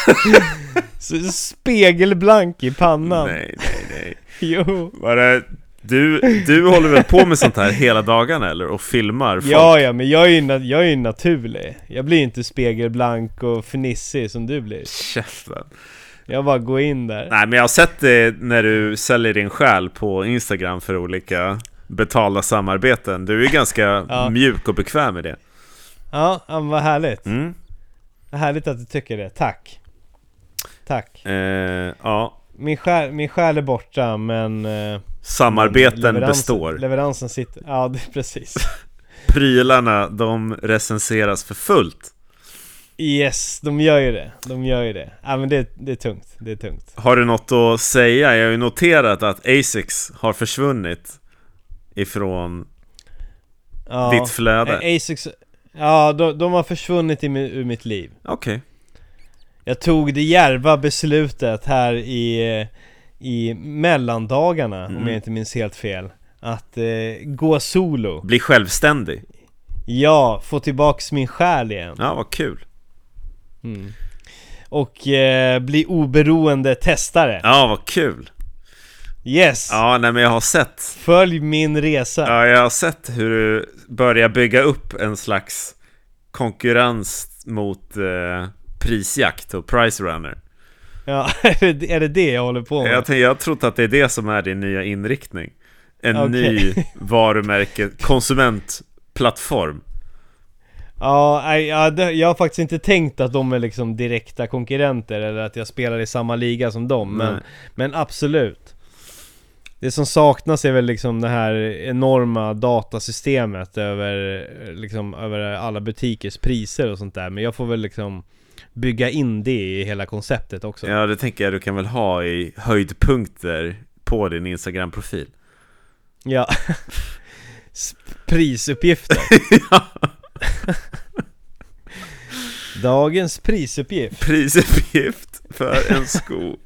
[LAUGHS] Så Spegelblank i pannan.
nej, nej, nej.
Jo.
Var det, du, du håller väl på med sånt här hela dagarna eller? Och filmar folk?
Ja, ja, men jag är ju, na- jag är ju naturlig. Jag blir ju inte spegelblank och fnissig som du blir.
Käften.
Jag bara går in där.
Nej, men jag har sett det när du säljer din själ på Instagram för olika betalda samarbeten. Du är ganska
Ja.
mjuk och bekväm i det.
Ja, ja, men vad härligt.
Mm.
Vad härligt att du tycker det. Tack. Tack.
Eh, ja,
Min själ, min själ är borta, men... eh,
samarbeten
Leveransen-
består.
Leveransen sitter, ja det, precis
Prylarna, de recenseras för fullt.
Yes, de gör ju det, de gör ju det Ja men det, det är tungt, det är tungt
Har du något att säga? Jag har ju noterat att Asics har försvunnit ifrån
ja.
ditt flöde.
Eh, Asics, ja de, de har försvunnit i, mi- ur mitt liv
Okej.
Jag tog det djärva beslutet här i, eh, i mellandagarna om
Mm.
jag inte minns helt fel Att eh, gå solo
Bli självständig.
Ja, få tillbaks min själ igen
Ja, vad kul.
mm. Och eh, bli oberoende testare
Ja, vad kul.
Yes!
Ja, nej men jag har sett.
Följ min resa
Ja, jag har sett hur du börjar bygga upp en slags konkurrens mot eh, prisjakt och price runner.
Ja, [LAUGHS] är det, är det det jag håller på med?
Jag, tänkte, jag har trott att det är det som är din nya inriktning. En
Okej.
ny varumärke, konsumentplattform.
Ja, nej, ja, det- jag har faktiskt inte tänkt att de är liksom direkta konkurrenter eller att jag spelar i samma liga som dem, men,
Nej.
men absolut. Det som saknas är väl liksom det här enorma datasystemet över, eh, liksom, över alla butikers priser och sånt där, men jag får väl liksom bygga in det i hela konceptet också.
Ja, det tänker jag du kan väl ha i höjdpunkter på din Instagram-profil.
Ja. [LAUGHS] S- Prisuppgifter. [LAUGHS] Dagens prisuppgift.
Prisuppgift för en sko.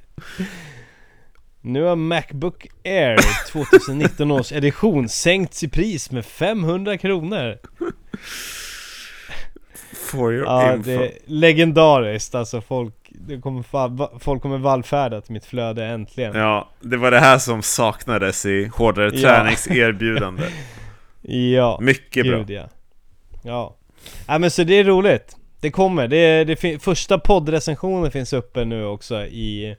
Nu har Macbook Air 2019 års edition sänkts i pris med 500 kronor.
For your
Ja,
info.
det är legendariskt alltså. Folk, det kommer, fa- va- folk kommer vallfärda till mitt flöde äntligen. Ja.
Ja, det var det här som saknades i hårdare
Ja.
träningserbjudande. Mycket bra.
Gud [LAUGHS] ja. Ja. Nej men så det är roligt. Det kommer. Det, det fin- första poddrecensionen finns uppe nu också i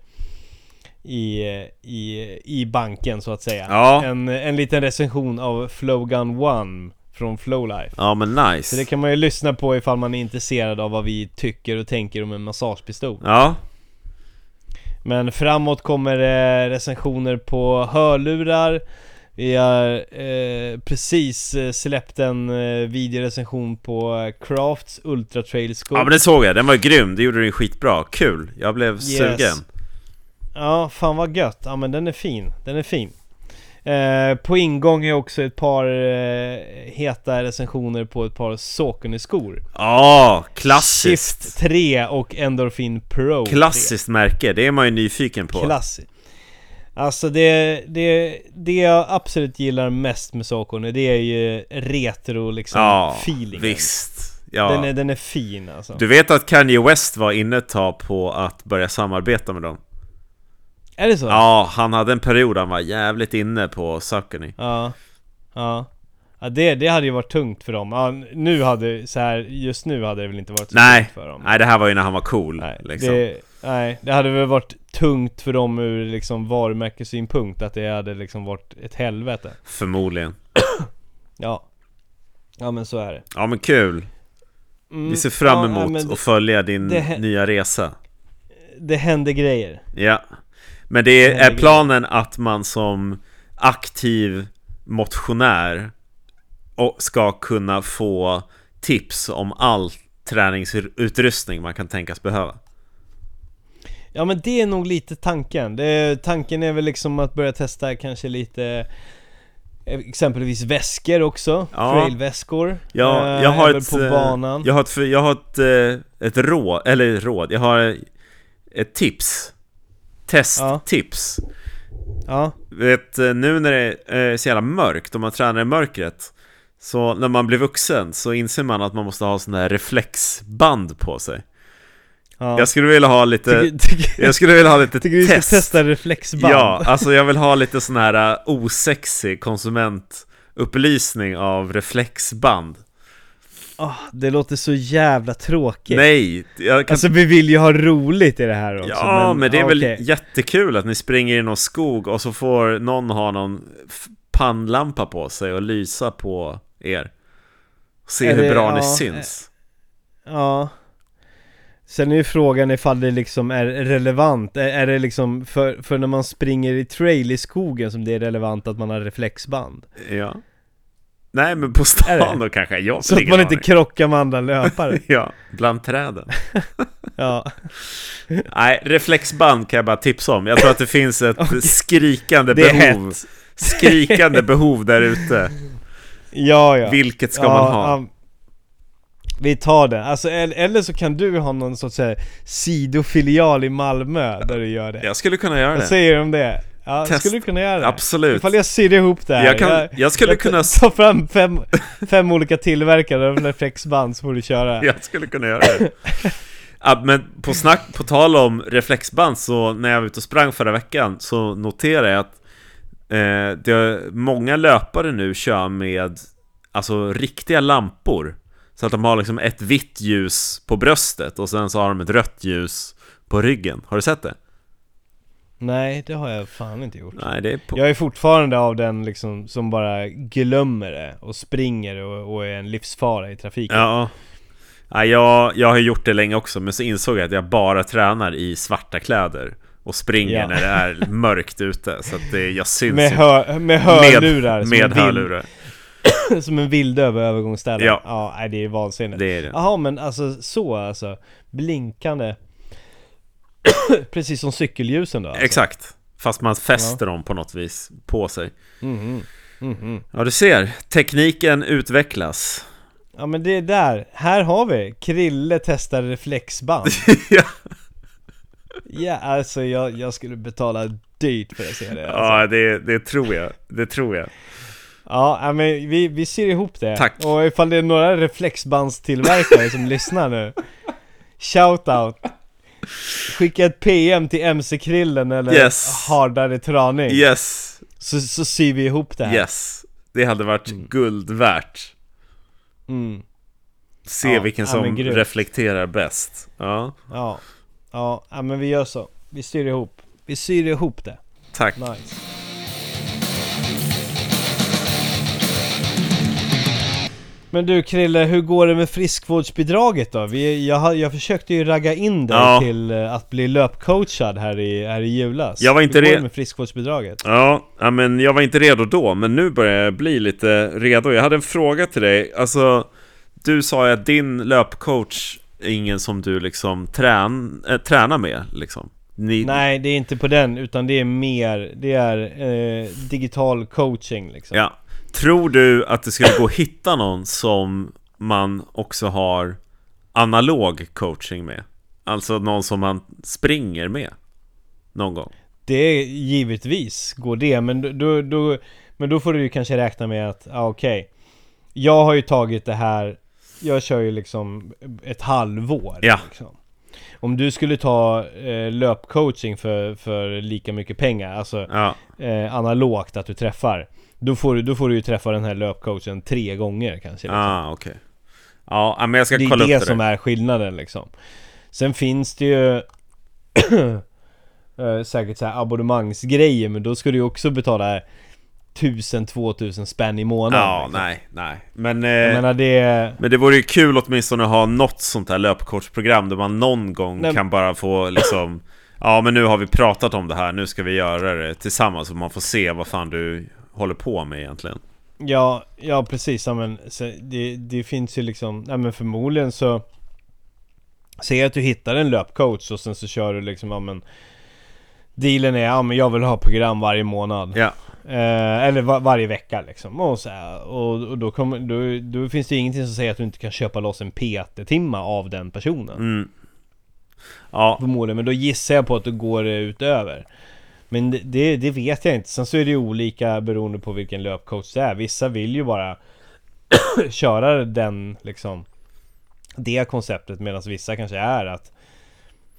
i, i, i banken så att säga.
Ja.
En, en liten recension av Flowgun One från Flowlife.
Ja, men
Så det
nice.
kan man ju lyssna på ifall man är intresserad av vad vi tycker och tänker om en massagepistol
Ja,
Men framåt kommer det recensioner på hörlurar Vi har eh, precis eh, släppt en eh, videorecension på eh, Crafts Ultra Trail Scope
ja men det såg jag. Den var grym. Det gjorde den skitbra. Kul. Jag blev sugen.
Ja, fan vad gött. Ja men den är fin, den är fin. Eh, på ingång är också ett par eh, heta recensioner på ett par Saucony-skor.
Ja, klassiskt!
Shift 3 och Endorphin Pro 3.
Klassiskt märke, det är man ju nyfiken på.
Klassiskt. Alltså det, det, det jag absolut gillar mest med Saucony, det är ju retro liksom
ja,
feelingen.
visst. Ja.
Den, är, den är fin alltså.
Du vet att Kanye West var inne ett tag på att börja samarbeta med dem?
Är det så?
Ja, han hade en period han var jävligt inne på Saucony.
Ja, ja. ja det, det hade ju varit tungt för dem. Ja, nu hade, så här, just nu hade det väl inte varit så
Nej,
tungt för dem.
nej det här var ju när han var cool. liksom.
det, nej, det hade väl varit tungt för dem ur liksom varumärkessynpunkt. Att det hade liksom varit ett helvete.
Förmodligen.
Ja. Ja men så är det.
Ja men kul! Vi ser
Mm, ja,
fram
nej,
emot
men det-
att följa din
det hä-
nya resa.
Det händer grejer.
Ja. Men det är, är
Herregud.
planen att man som aktiv motionär och ska kunna få tips om all träningsutrustning man kan tänkas behöva.
Ja men det är nog lite tanken. Det, tanken är väl liksom att börja testa kanske lite eh, Exempelvis väskor också,
Ja.
trailväskor
Ja,
eh,
jag har
även
ett...
på
eh,
banan
Jag har ett, jag har ett, eh, ett råd, eller råd, jag har ett tips.
Ja.
Testtips.
Ja,
Vet, eh, nu när det är eh, så jävla mörkt och man tränar i mörkret Så när man blir vuxen så inser man att man måste ha sådana här reflexband på sig
ja.
Jag skulle vilja ha lite
tycker, tycker,
Jag skulle vilja ha
[LAUGHS]
lite
tycker du vi
test
ska testa reflexband?
Ja, alltså jag vill ha lite sån här eh, osexig konsumentupplysning av reflexband
[LAUGHS] Ah, det låter så jävla tråkigt
Nej, jag kan
Alltså vi vill ju ha roligt i det här också
Ja, men, det är
ja,
väl
okej.
jättekul att ni springer i någon skog och så får någon ha någon f- pannlampa på sig och lysa på er. Se
Är
hur
det-
bra
ja,
ni
eh,
syns.
Ja Sen är ju frågan ifall det liksom är relevant, är, är det liksom för, för när man springer i trail i skogen som det är relevant att man har reflexband?
Ja. Nej, men på
eh. Är
stan
det?
då kanske. Jag har
Så att
ingen
man inte
aning.
krockar med andra löpare
Ja, bland träden.
[LAUGHS] Ja,
Nej, reflexband kan jag bara tipsa om. Jag tror att det
[LAUGHS]
finns ett skrikande
det är
behov.
hett [LAUGHS]
Skrikande behov där ute.
Ja ja
Vilket ska
ja,
man ha?
ja. vi tar det, alltså, eller, eller så kan du ha någon sorts så här, sidofilial i Malmö där du gör det
Jag skulle kunna göra
Vad
det.
säger du om det? Ja,
Test.
skulle du kunna göra det?
Absolut.
Ifall jag syr ihop det här
Jag, kan, jag skulle
jag ta-
kunna
Ta fram fem, fem olika tillverkare av reflexband så får du köra
[LAUGHS] Jag skulle kunna göra det. Ja, men på, snack, på tal om reflexband så när jag var ute och sprang förra veckan så noterade jag att eh, det, många löpare nu kör med alltså riktiga lampor. Så att de har liksom ett vitt ljus på bröstet och sen så har de ett rött ljus på ryggen. Har du sett det?
Nej, det har jag fan inte gjort
Nej, det är på...
Jag är fortfarande av den liksom som bara glömmer det och springer och, och är en livsfara i trafiken
Ja. Ja, jag, jag har gjort det länge också, men så insåg jag att jag bara tränar i svarta kläder och springer
Ja.
när det
[LAUGHS]
är mörkt ute. Så att det, jag syns
Med,
inte.
hö, med hörlurar
Med,
som,
med
en vild,
hörlurar.
[LAUGHS] som en vild över övergångsställen
Ja.
ja nej, det är vansinnigt
Det är det.
Jaha men alltså så alltså, blinkande [COUGHS] Precis som cykelljusen då alltså.
Exakt. Fast man fäster dem på något vis på sig.
Mhm. Mhm.
Ja, du ser.
[LAUGHS]
Tekniken utvecklas.
Ja men det är där, här har vi! Krille testar reflexband
ja,
Ja alltså jag, jag skulle betala dyrt för att se det alltså.
ja det, det tror jag. Det tror jag.
Ja ja, men vi, vi ser ihop det
Tack.
Och ifall det är några reflexbandstillverkare som lyssnar nu Shoutout Skicka ett PM till MC-krillen eller
Yes.
Hardare Traning
Yes,
så, så syr vi ihop det här
yes. Det hade varit guld värt.
mm.
Se
Ja,
vilken
ja,
som
men grymt.
reflekterar bäst. Ja,
ja. ja, ja men vi gör så Vi syr ihop Vi syr ihop det
tack.
Nice Men du Krille, hur går det med friskvårdsbidraget då? Vi, jag, har- jag försökte ju ragga in dig
Ja.
till eh, att bli löpcoachad här i, här i julas
Jag var inte
hur går
re-
det med friskvårdsbidraget?
Ja, ja, men jag var inte redo då, men nu börjar jag bli lite redo. Jag hade en fråga till dig. Alltså, du sa ju att din löpcoach är ingen som du liksom trän, äh, tränar eh, med. Liksom. Ni...
Nej, det är inte på den, utan det är mer, det är eh, digital coaching liksom.
Ja. Tror du att det skulle gå att hitta någon som man också har analog coaching med? Alltså någon som man springer med någon gång?
Det är givetvis går det, men då- då, då, men då får du ju kanske räkna med att, ah, okej Jag har ju tagit det här, jag kör ju liksom ett halvår
Ja.
liksom. Om du skulle ta eh, löpcoaching för, för lika mycket pengar, alltså
Ja,
eh, analogt att du träffar då får du, då får du ju träffa den här löpcoachen tre gånger kanske liksom.
ah, okej. Ja, men jag ska
Det är
kolla
det,
upp det.
som
där.
är skillnaden liksom Sen finns det ju [CLEARS THROAT] eh, Säkert så här abonnemangsgrejer men då ska du ju också betala 1000-2000 spänn i månaden
Ja,
liksom.
nej, nej. Men,
Jag
eh,
menar det
men det vore ju kul åtminstone att ha något sånt här löpkortsprogram där man någon gång
Nej.
kan bara få liksom Ja, men nu har vi pratat om det här, nu ska vi göra det tillsammans så man får se vad fan du håller på med egentligen.
Ja, ja precis ja, men så det, det finns ju liksom Nej men förmodligen så Säg att du hittar en löpcoach och sen så kör du liksom ja men Dealen är ja men jag vill ha program varje månad
Ja,
Eh, eller va- varje vecka liksom. Och, så här, och, och då, kommer, då, då finns det ju ingenting som säger att du inte kan köpa loss en PT-timma av den personen.
mm. Ja,
Förmodligen, men då gissar jag på att det går eh, utöver. Men det, det, det vet jag inte. Sen så är det ju olika beroende på vilken löpcoach det är. Vissa vill ju bara [COUGHS] köra den liksom det konceptet medan vissa kanske är att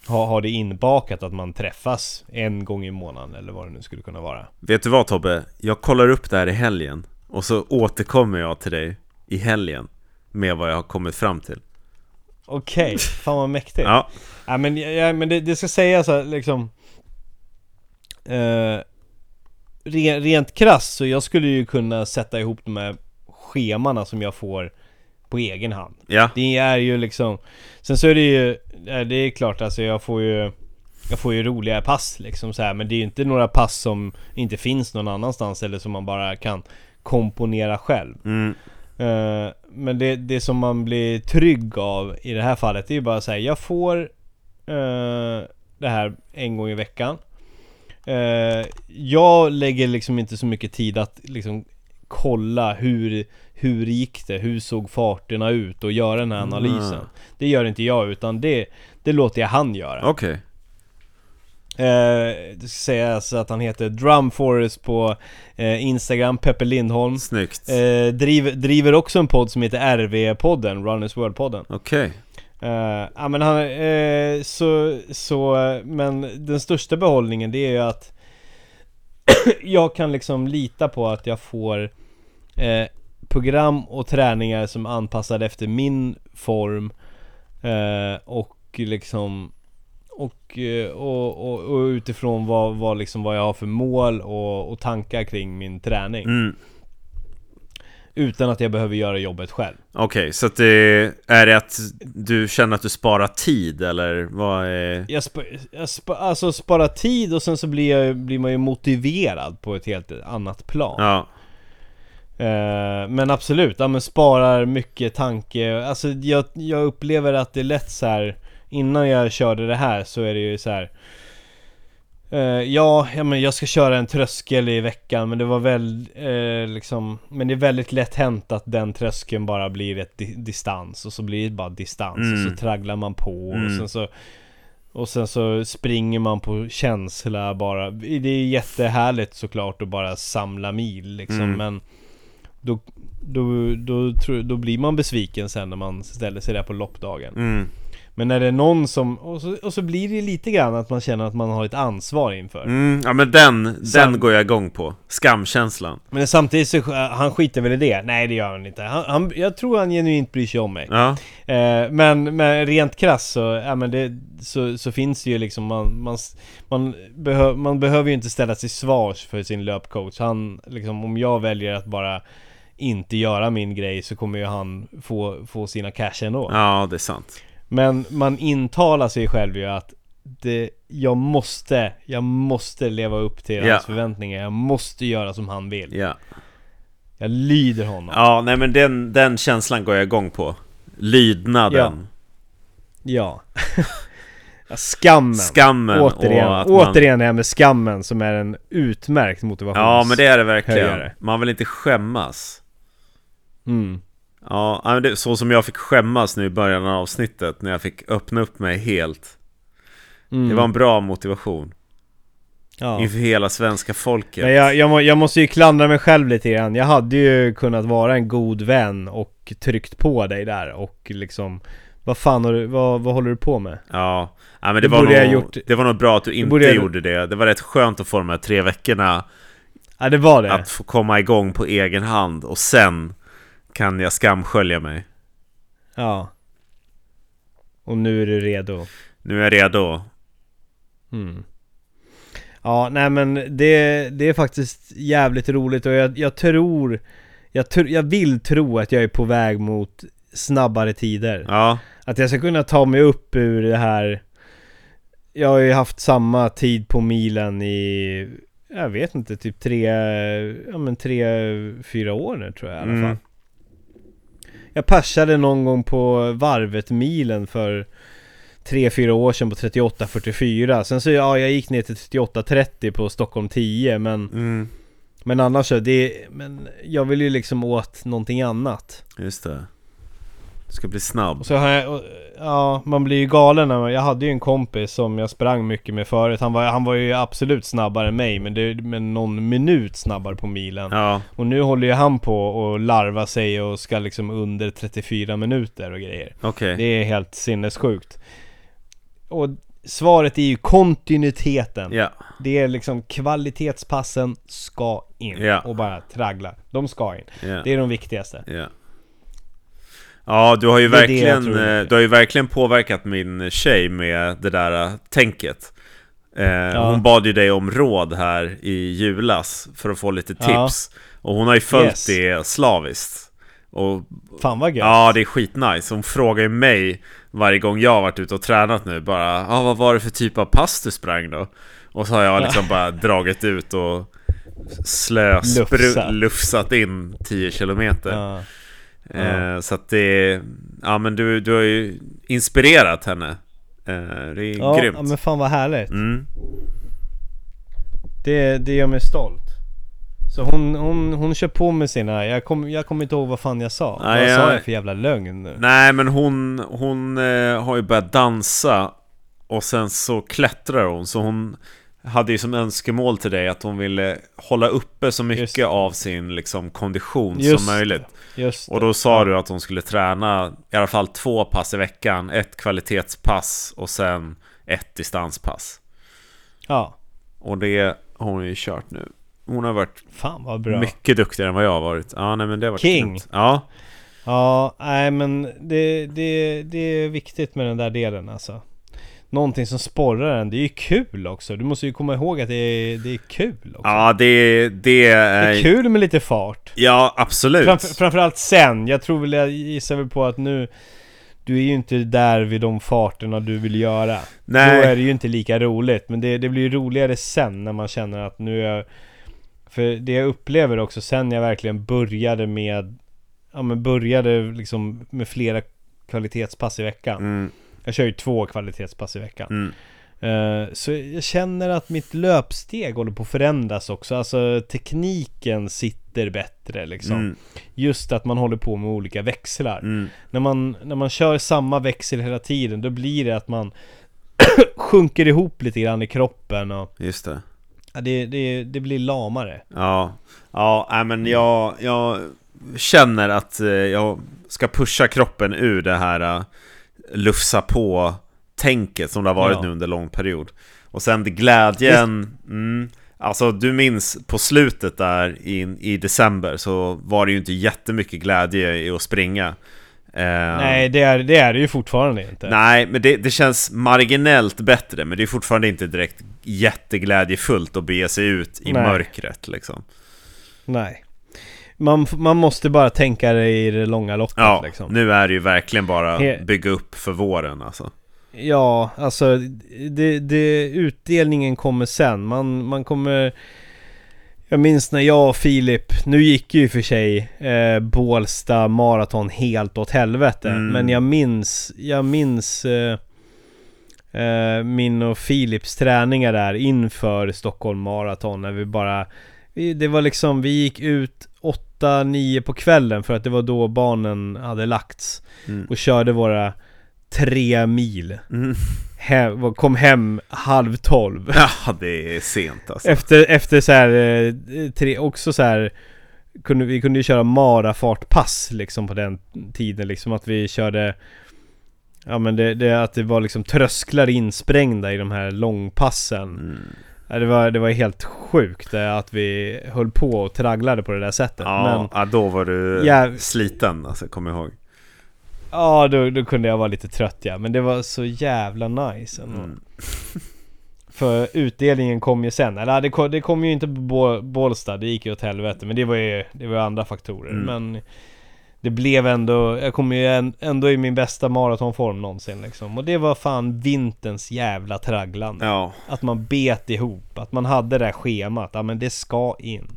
ha, ha det inbakat att man träffas en gång i månaden eller vad det nu skulle kunna vara.
Vet du vad Tobbe? Jag kollar upp det här i helgen och så återkommer jag till dig i helgen med vad jag har kommit fram till.
Okej, fan vad mäktigt.
Ja,
Ja, men, ja, men det, det ska sägas att liksom eh, re, Rent krasst så jag skulle ju kunna sätta ihop de här schemana som jag får på egen hand
ja,
Det är ju liksom Sen så är det ju ja, Det är klart alltså jag får ju Jag får ju roliga pass liksom så här, Men det är ju inte några pass som inte finns någon annanstans eller som man bara kan komponera själv
mm,
Eh, Men det, det som man blir trygg av i det här fallet det är ju bara säga jag får eh, det här en gång i veckan. Eh, jag lägger liksom inte så mycket tid att liksom kolla hur, hur gick det, hur såg farterna ut och göra den här analysen.
Mm.
Det gör inte jag utan det, det låter jag han göra.
okej.
Eh, det ska sägas att han heter Drumforest på eh, Instagram, Peppe Lindholm.
Snyggt.
Eh, driv, driver också en podd som heter RV-podden, Runners World-podden.
Okej.
Eh, ja men han, eh, så, så, eh, men den största behållningen det är ju att [CLEARS THROAT] jag kan liksom lita på att jag får eh, program och träningar som är anpassade efter min form eh, och liksom och, eh, och, och, och utifrån vad, vad, liksom, vad jag har för mål och, och tankar kring min träning.
Mm.
Utan att jag behöver göra jobbet själv.
Okej, så att det är det att du känner att du sparar tid eller vad är...
Jag, sp jag sp alltså sparar tid och sen så blir, jag, blir man ju motiverad på ett helt annat plan.
Ja,
Eh, men absolut, ja, men sparar mycket tanke. Alltså jag, jag upplever att det är lätt så här. Innan jag körde det här så är det ju så här. eh, ja, ja, men jag ska köra en tröskel i veckan men det var väl eh, liksom Men det är väldigt lätt hänt att den tröskeln bara blir ett di- distans och så blir det bara distans och
Mm.
så tragglar man på och
Mm.
sen så och sen så springer man på känsla bara. Det är jättehärligt såklart att bara samla mil liksom
Mm.
men då, då, då, tror- då blir man besviken sen när man ställer sig där på loppdagen.
mm,
Men när det är någon som, och så, och så blir det lite grann att man känner att man har ett ansvar inför.
mm. ja men den,
Sen-
den går jag igång på. Skamkänslan.
Men samtidigt så, eh, han skiter väl i det? Nej det gör han inte. Han, han, jag tror han genuint bryr sig om mig.
Ja,
Eh, men, men rent krass så, ja, men det, så, så finns det ju liksom man, man, s- man, behö, man behöver ju inte ställa sig svars för sin löpcoach Han liksom om jag väljer att bara inte göra min grej så kommer ju han få, få sina cash ändå
ja det är sant.
Men man intalar sig själv ju att det, jag måste, jag måste leva upp till
Ja.
hans förväntningar Jag måste göra som han vill
Ja.
Jag lyder honom
Ja, nej men den, den känslan går jag igång på. Lydnaden.
[LAUGHS] Ja. Skammen.
Skammen och
Återigen,
att man-
återigen det här med skammen som är en utmärkt motivations...
Ja, men det är det verkligen.
Höjare.
Man vill inte skämmas.
Mm.
Ja, nej, men det, så som jag fick skämmas nu i början av avsnittet, när jag fick öppna upp mig helt.
Mm.
Det var en bra motivation
Ja.
inför hela svenska folket.
Men jag, jag, må, jag måste ju klandra mig själv lite grann. Jag hade ju kunnat vara en god vän och tryckt på dig där och liksom Vad fan har du, vad, vad håller du på med?
Ja, ja men det, var
borde jag
nog,
gjort-
det var nog bra att du inte
borde jag-
gjorde det. Det var rätt skönt att få de här tre veckorna
Ja det var det.
att få komma igång på egen hand och sen kan jag skamskölja mig.
Ja. Och nu är du redo.
Nu är jag redo.
Mm. Ja, nej men det, det är faktiskt jävligt roligt och jag, jag tror jag, tr- jag vill tro att jag är på väg mot snabbare tider.
Ja,
Att jag ska kunna ta mig upp ur det här Jag har ju haft samma tid på milen i Jag vet inte, typ tre, ja men tre, fyra år nu tror jag i alla fall
Mm.
Jag persade någon gång på Varvet-milen för tre fyra år sedan på 38.44 Sen så ja, jag gick ner till 38.30 på Stockholm 10 men
mm,
Men annars så, det, men jag vill ju liksom åt någonting annat
just det. Du ska bli snabb.
och så har jag, och, ja man blir ju galen när man, jag hade ju en kompis som jag sprang mycket med förut Han var, han var ju absolut snabbare än mig men, det, men någon minut snabbare på milen
Ja,
Och nu håller ju han på och larva sig och ska liksom under 34 minuter och grejer
okej.
Det är helt sinnessjukt Och svaret är ju kontinuiteten
Ja,
Det är liksom kvalitetspassen ska in
Ja.
och bara traggla De ska in
ja,
Det är de viktigaste
ja. Ja, du har ju
Det är det jag
verkligen,
tror det är.
eh, du har ju verkligen påverkat min tjej med det där eh, tänket. Eh, Hon bad ju dig om råd här i julas för att få lite
Ja.
tips. Och hon har ju följt
Yes.
det slaviskt. Och
Fan vad gött!
Ja, det är skitnice. Hon frågar ju mig varje gång jag har varit ute och tränat nu bara ah, vad var det för typ av pass du sprang då? Och så har jag liksom
[LAUGHS]
bara dragit ut och slös,
Lufsat.
bru- lufsat in 10 kilometer.
Ja.
Eh, så att det, ja men du, du har ju inspirerat henne. Eh, det är
Ja,
grymt.
men fan vad härligt
Mm.
Det, det gör mig stolt. Så hon, hon, hon kör på med sina, jag kommer jag kommer inte ihåg vad fan jag sa.
Nej,
vad
jag-
sa jag för jävla lögn nu?
Nej men hon, hon eh, har ju börjat dansa och sen så klättrar hon så hon hade ju som önskemål till dig att hon ville hålla uppe så
Just
mycket
det.
av sin liksom, kondition
Just
som möjligt.
Just
Och då sa du att hon skulle träna i alla fall två pass i veckan, ett kvalitetspass och sen ett distanspass.
Ja,
Och det har hon ju kört nu. Hon har varit
fan vad bra.
mycket duktigare än vad jag har varit. Ja, nej, men det har varit
King.
grymt. Ja,
Ja, nej men det, det, det är viktigt med den där delen alltså. Någonting som sporrar en, det är ju kul också. Du måste ju komma ihåg att det är, det är kul också.
ja det, det
Det är
är...
kul med lite fart.
Ja, absolut.
Framför, framförallt sen, jag tror väl jag gissar väl på att nu Du är ju inte där vid de farterna du vill göra
Nej.
Då är det ju inte lika roligt Men det, det blir ju roligare sen när man känner att nu är jag För det jag upplever också sen jag verkligen började med Ja men började liksom med flera kvalitetspass i veckan
Mm,
Jag kör ju två kvalitetspass i veckan
mm.
Eh, Så jag känner att mitt löpsteg håller på att förändras också Alltså tekniken sitter bättre liksom
Mm,
Just att man håller på med olika växlar.
mm,
När, man, när man kör samma växel hela tiden då blir det att man [COUGHS] sjunker ihop lite grann i kroppen och
just det.
ja, det, det, det blir lamare.
Ja, ja nej,
Mm.
men jag, jag känner att eh, jag ska pusha kroppen ur det här eh, lufsa på-tänket som det har varit
Ja.
nu under lång period. Och sen det glädjen, mm, alltså du minns på slutet där i, i december så var det ju inte jättemycket glädje i att springa. Eh,
Nej, det är det är det ju fortfarande inte.
Nej, men det, det känns marginellt bättre, men det är fortfarande inte direkt jätteglädjefullt att bege sig ut i
Nej.
mörkret liksom.
Nej. Man, f- man måste bara tänka det i det långa loppet
Ja,
liksom.
nu är det ju verkligen bara
He-
bygga upp för våren alltså.
Ja, alltså det, det, utdelningen kommer sen. Man, man kommer... Jag minns när jag och Filip, nu gick ju i och för sig eh, Bålsta maraton helt åt helvete.
Mm.
Men jag minns, jag minns eh, eh, min och Philips träningar där inför Stockholm Marathon när vi bara vi, Det var liksom, vi gick ut 8-9 på kvällen för att det var då barnen hade lagts
Mm.
och körde våra tre mil hem, Kom hem halv tolv
[LAUGHS] Ja, det är sent alltså.
efter, efter så här, eh, tre, också så här kunde, Vi kunde ju köra marafartpass liksom på den tiden liksom att vi körde Ja men det, det att det var liksom trösklar insprängda i de här långpassen
Mm.
Ja, det, var, det var helt sjukt eh, att vi höll på och tragglade på det där sättet
Ja,
Men
ja, då var du
Ja.
sliten alltså, kom ihåg.
ja då, då kunde jag vara lite trött ja Men det var så jävla nice ändå.
Mm.
[LAUGHS] För utdelningen kom ju sen, eller ja, det kom, det kom ju inte på Bå- Bålsta, det gick ju åt helvete Men det var ju, det var ju andra faktorer
Mm.
Men det blev ändå, jag kom ju en- ändå i min bästa maratonform någonsin liksom Och det var fan vinterns jävla tragglande
Ja,
Att man bet ihop, att man hade det här schemat, ja men det ska in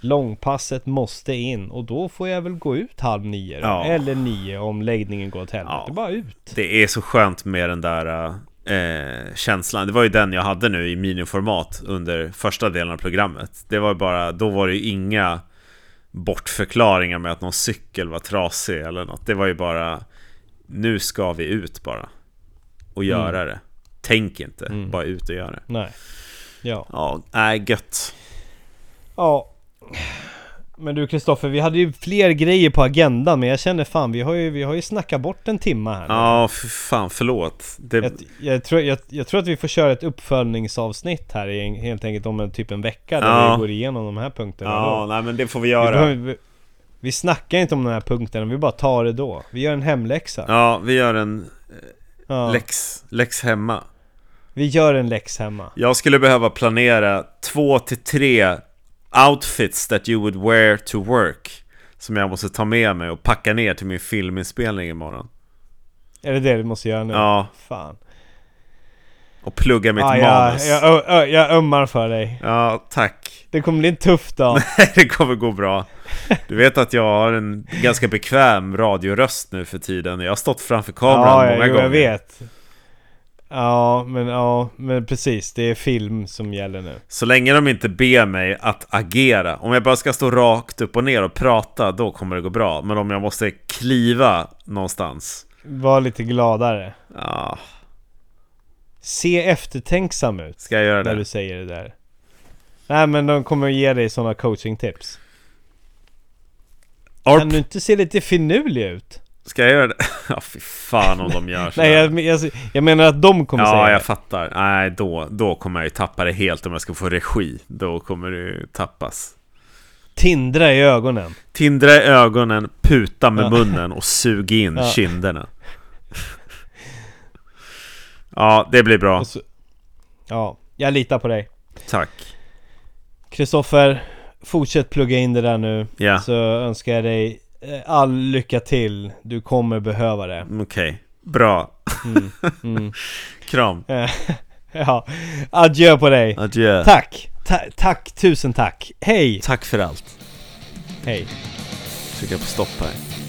Långpasset måste in och då får jag väl gå ut halv nio då,
Ja.
Eller nio om läggningen går åt helvete,
Ja.
bara ut
det är så skönt med den där eh, känslan. Det var ju den jag hade nu i miniformat under första delen av programmet. Det var bara, då var det ju inga bortförklaringar med att någon cykel var trasig eller något. Det var ju bara, nu ska vi ut bara. Och göra det. Tänk inte,
Mm.
bara ut och göra det.
Nej Ja
Ja, nej gött.
Ja Men du Kristoffer, vi hade ju fler grejer på agendan men jag känner fan vi har ju, vi har ju snackat bort en timma här nu.
Ja, för fan förlåt. Det,
jag, jag, tror, jag, jag tror att vi får köra ett uppföljningsavsnitt här i, en- helt enkelt om en, typ en vecka där
Ja.
vi går igenom de här punkterna
ja, nej men det får vi
då. Vi,
göra.
behöver, vi, vi snackar inte om de här punkterna, vi bara tar det då Vi gör en hemläxa
Ja, vi gör en eh,
Ja.
läx, läx hemma.
Vi gör en läx hemma
Jag skulle behöva planera två till tre outfits that you would wear to work. Som jag måste ta med mig och packa ner till min filminspelning imorgon.
Är det det vi måste göra nu?
Ja,
Fan
och plugga mitt
ah, jag,
manus.
jag,
Ja,
ö- ö- jag ömmar för dig
tack. [LAUGHS]
Det kommer bli en tuff dag
det kommer gå bra. Du vet att jag har en ganska bekväm radioröst nu för tiden. Jag har stått framför kameran många
jo,
gånger.
jag vet. Ja, men ja, men precis. Det är film som gäller nu.
Så länge de inte ber mig att agera. Om jag bara ska stå rakt upp och ner och prata, då kommer det gå bra. Men om jag måste kliva någonstans,
Var lite gladare.
ja,
Se eftertänksam ut
ska jag göra
när
det?
du säger det där. Nej, men de kommer ge dig sådana coachingtips. Kan
Arp,
du inte se lite finurlig ut?
ska jag göra det? [LAUGHS] Ja, fy fan om
[LAUGHS]
de gör så.
Typ. Nej, jag, jag, jag menar att de kommer säga
Ja, jag
det.
fattar. Nej, då, då kommer jag ju tappa det helt om jag ska få regi. Då kommer det ju tappas.
Tindra i ögonen.
Tindra i ögonen, puta med
Ja.
munnen och sug in
Ja.
kinderna. Ja, det blir bra.
Och så, ja, jag litar på dig.
Tack.
Kristoffer, fortsätt plugga in det där nu.
Ja,
Så önskar jag dig eh, all lycka till. Du kommer behöva det. [LAUGHS]
okej. Bra.
Mm, mm.
[LAUGHS] Kram.
Eh, ja, adjö på dig.
Adjö.
Tack, Ta- tack, tusen tack. Hej,
Tack för allt.
hej.
Trycka på stopp här.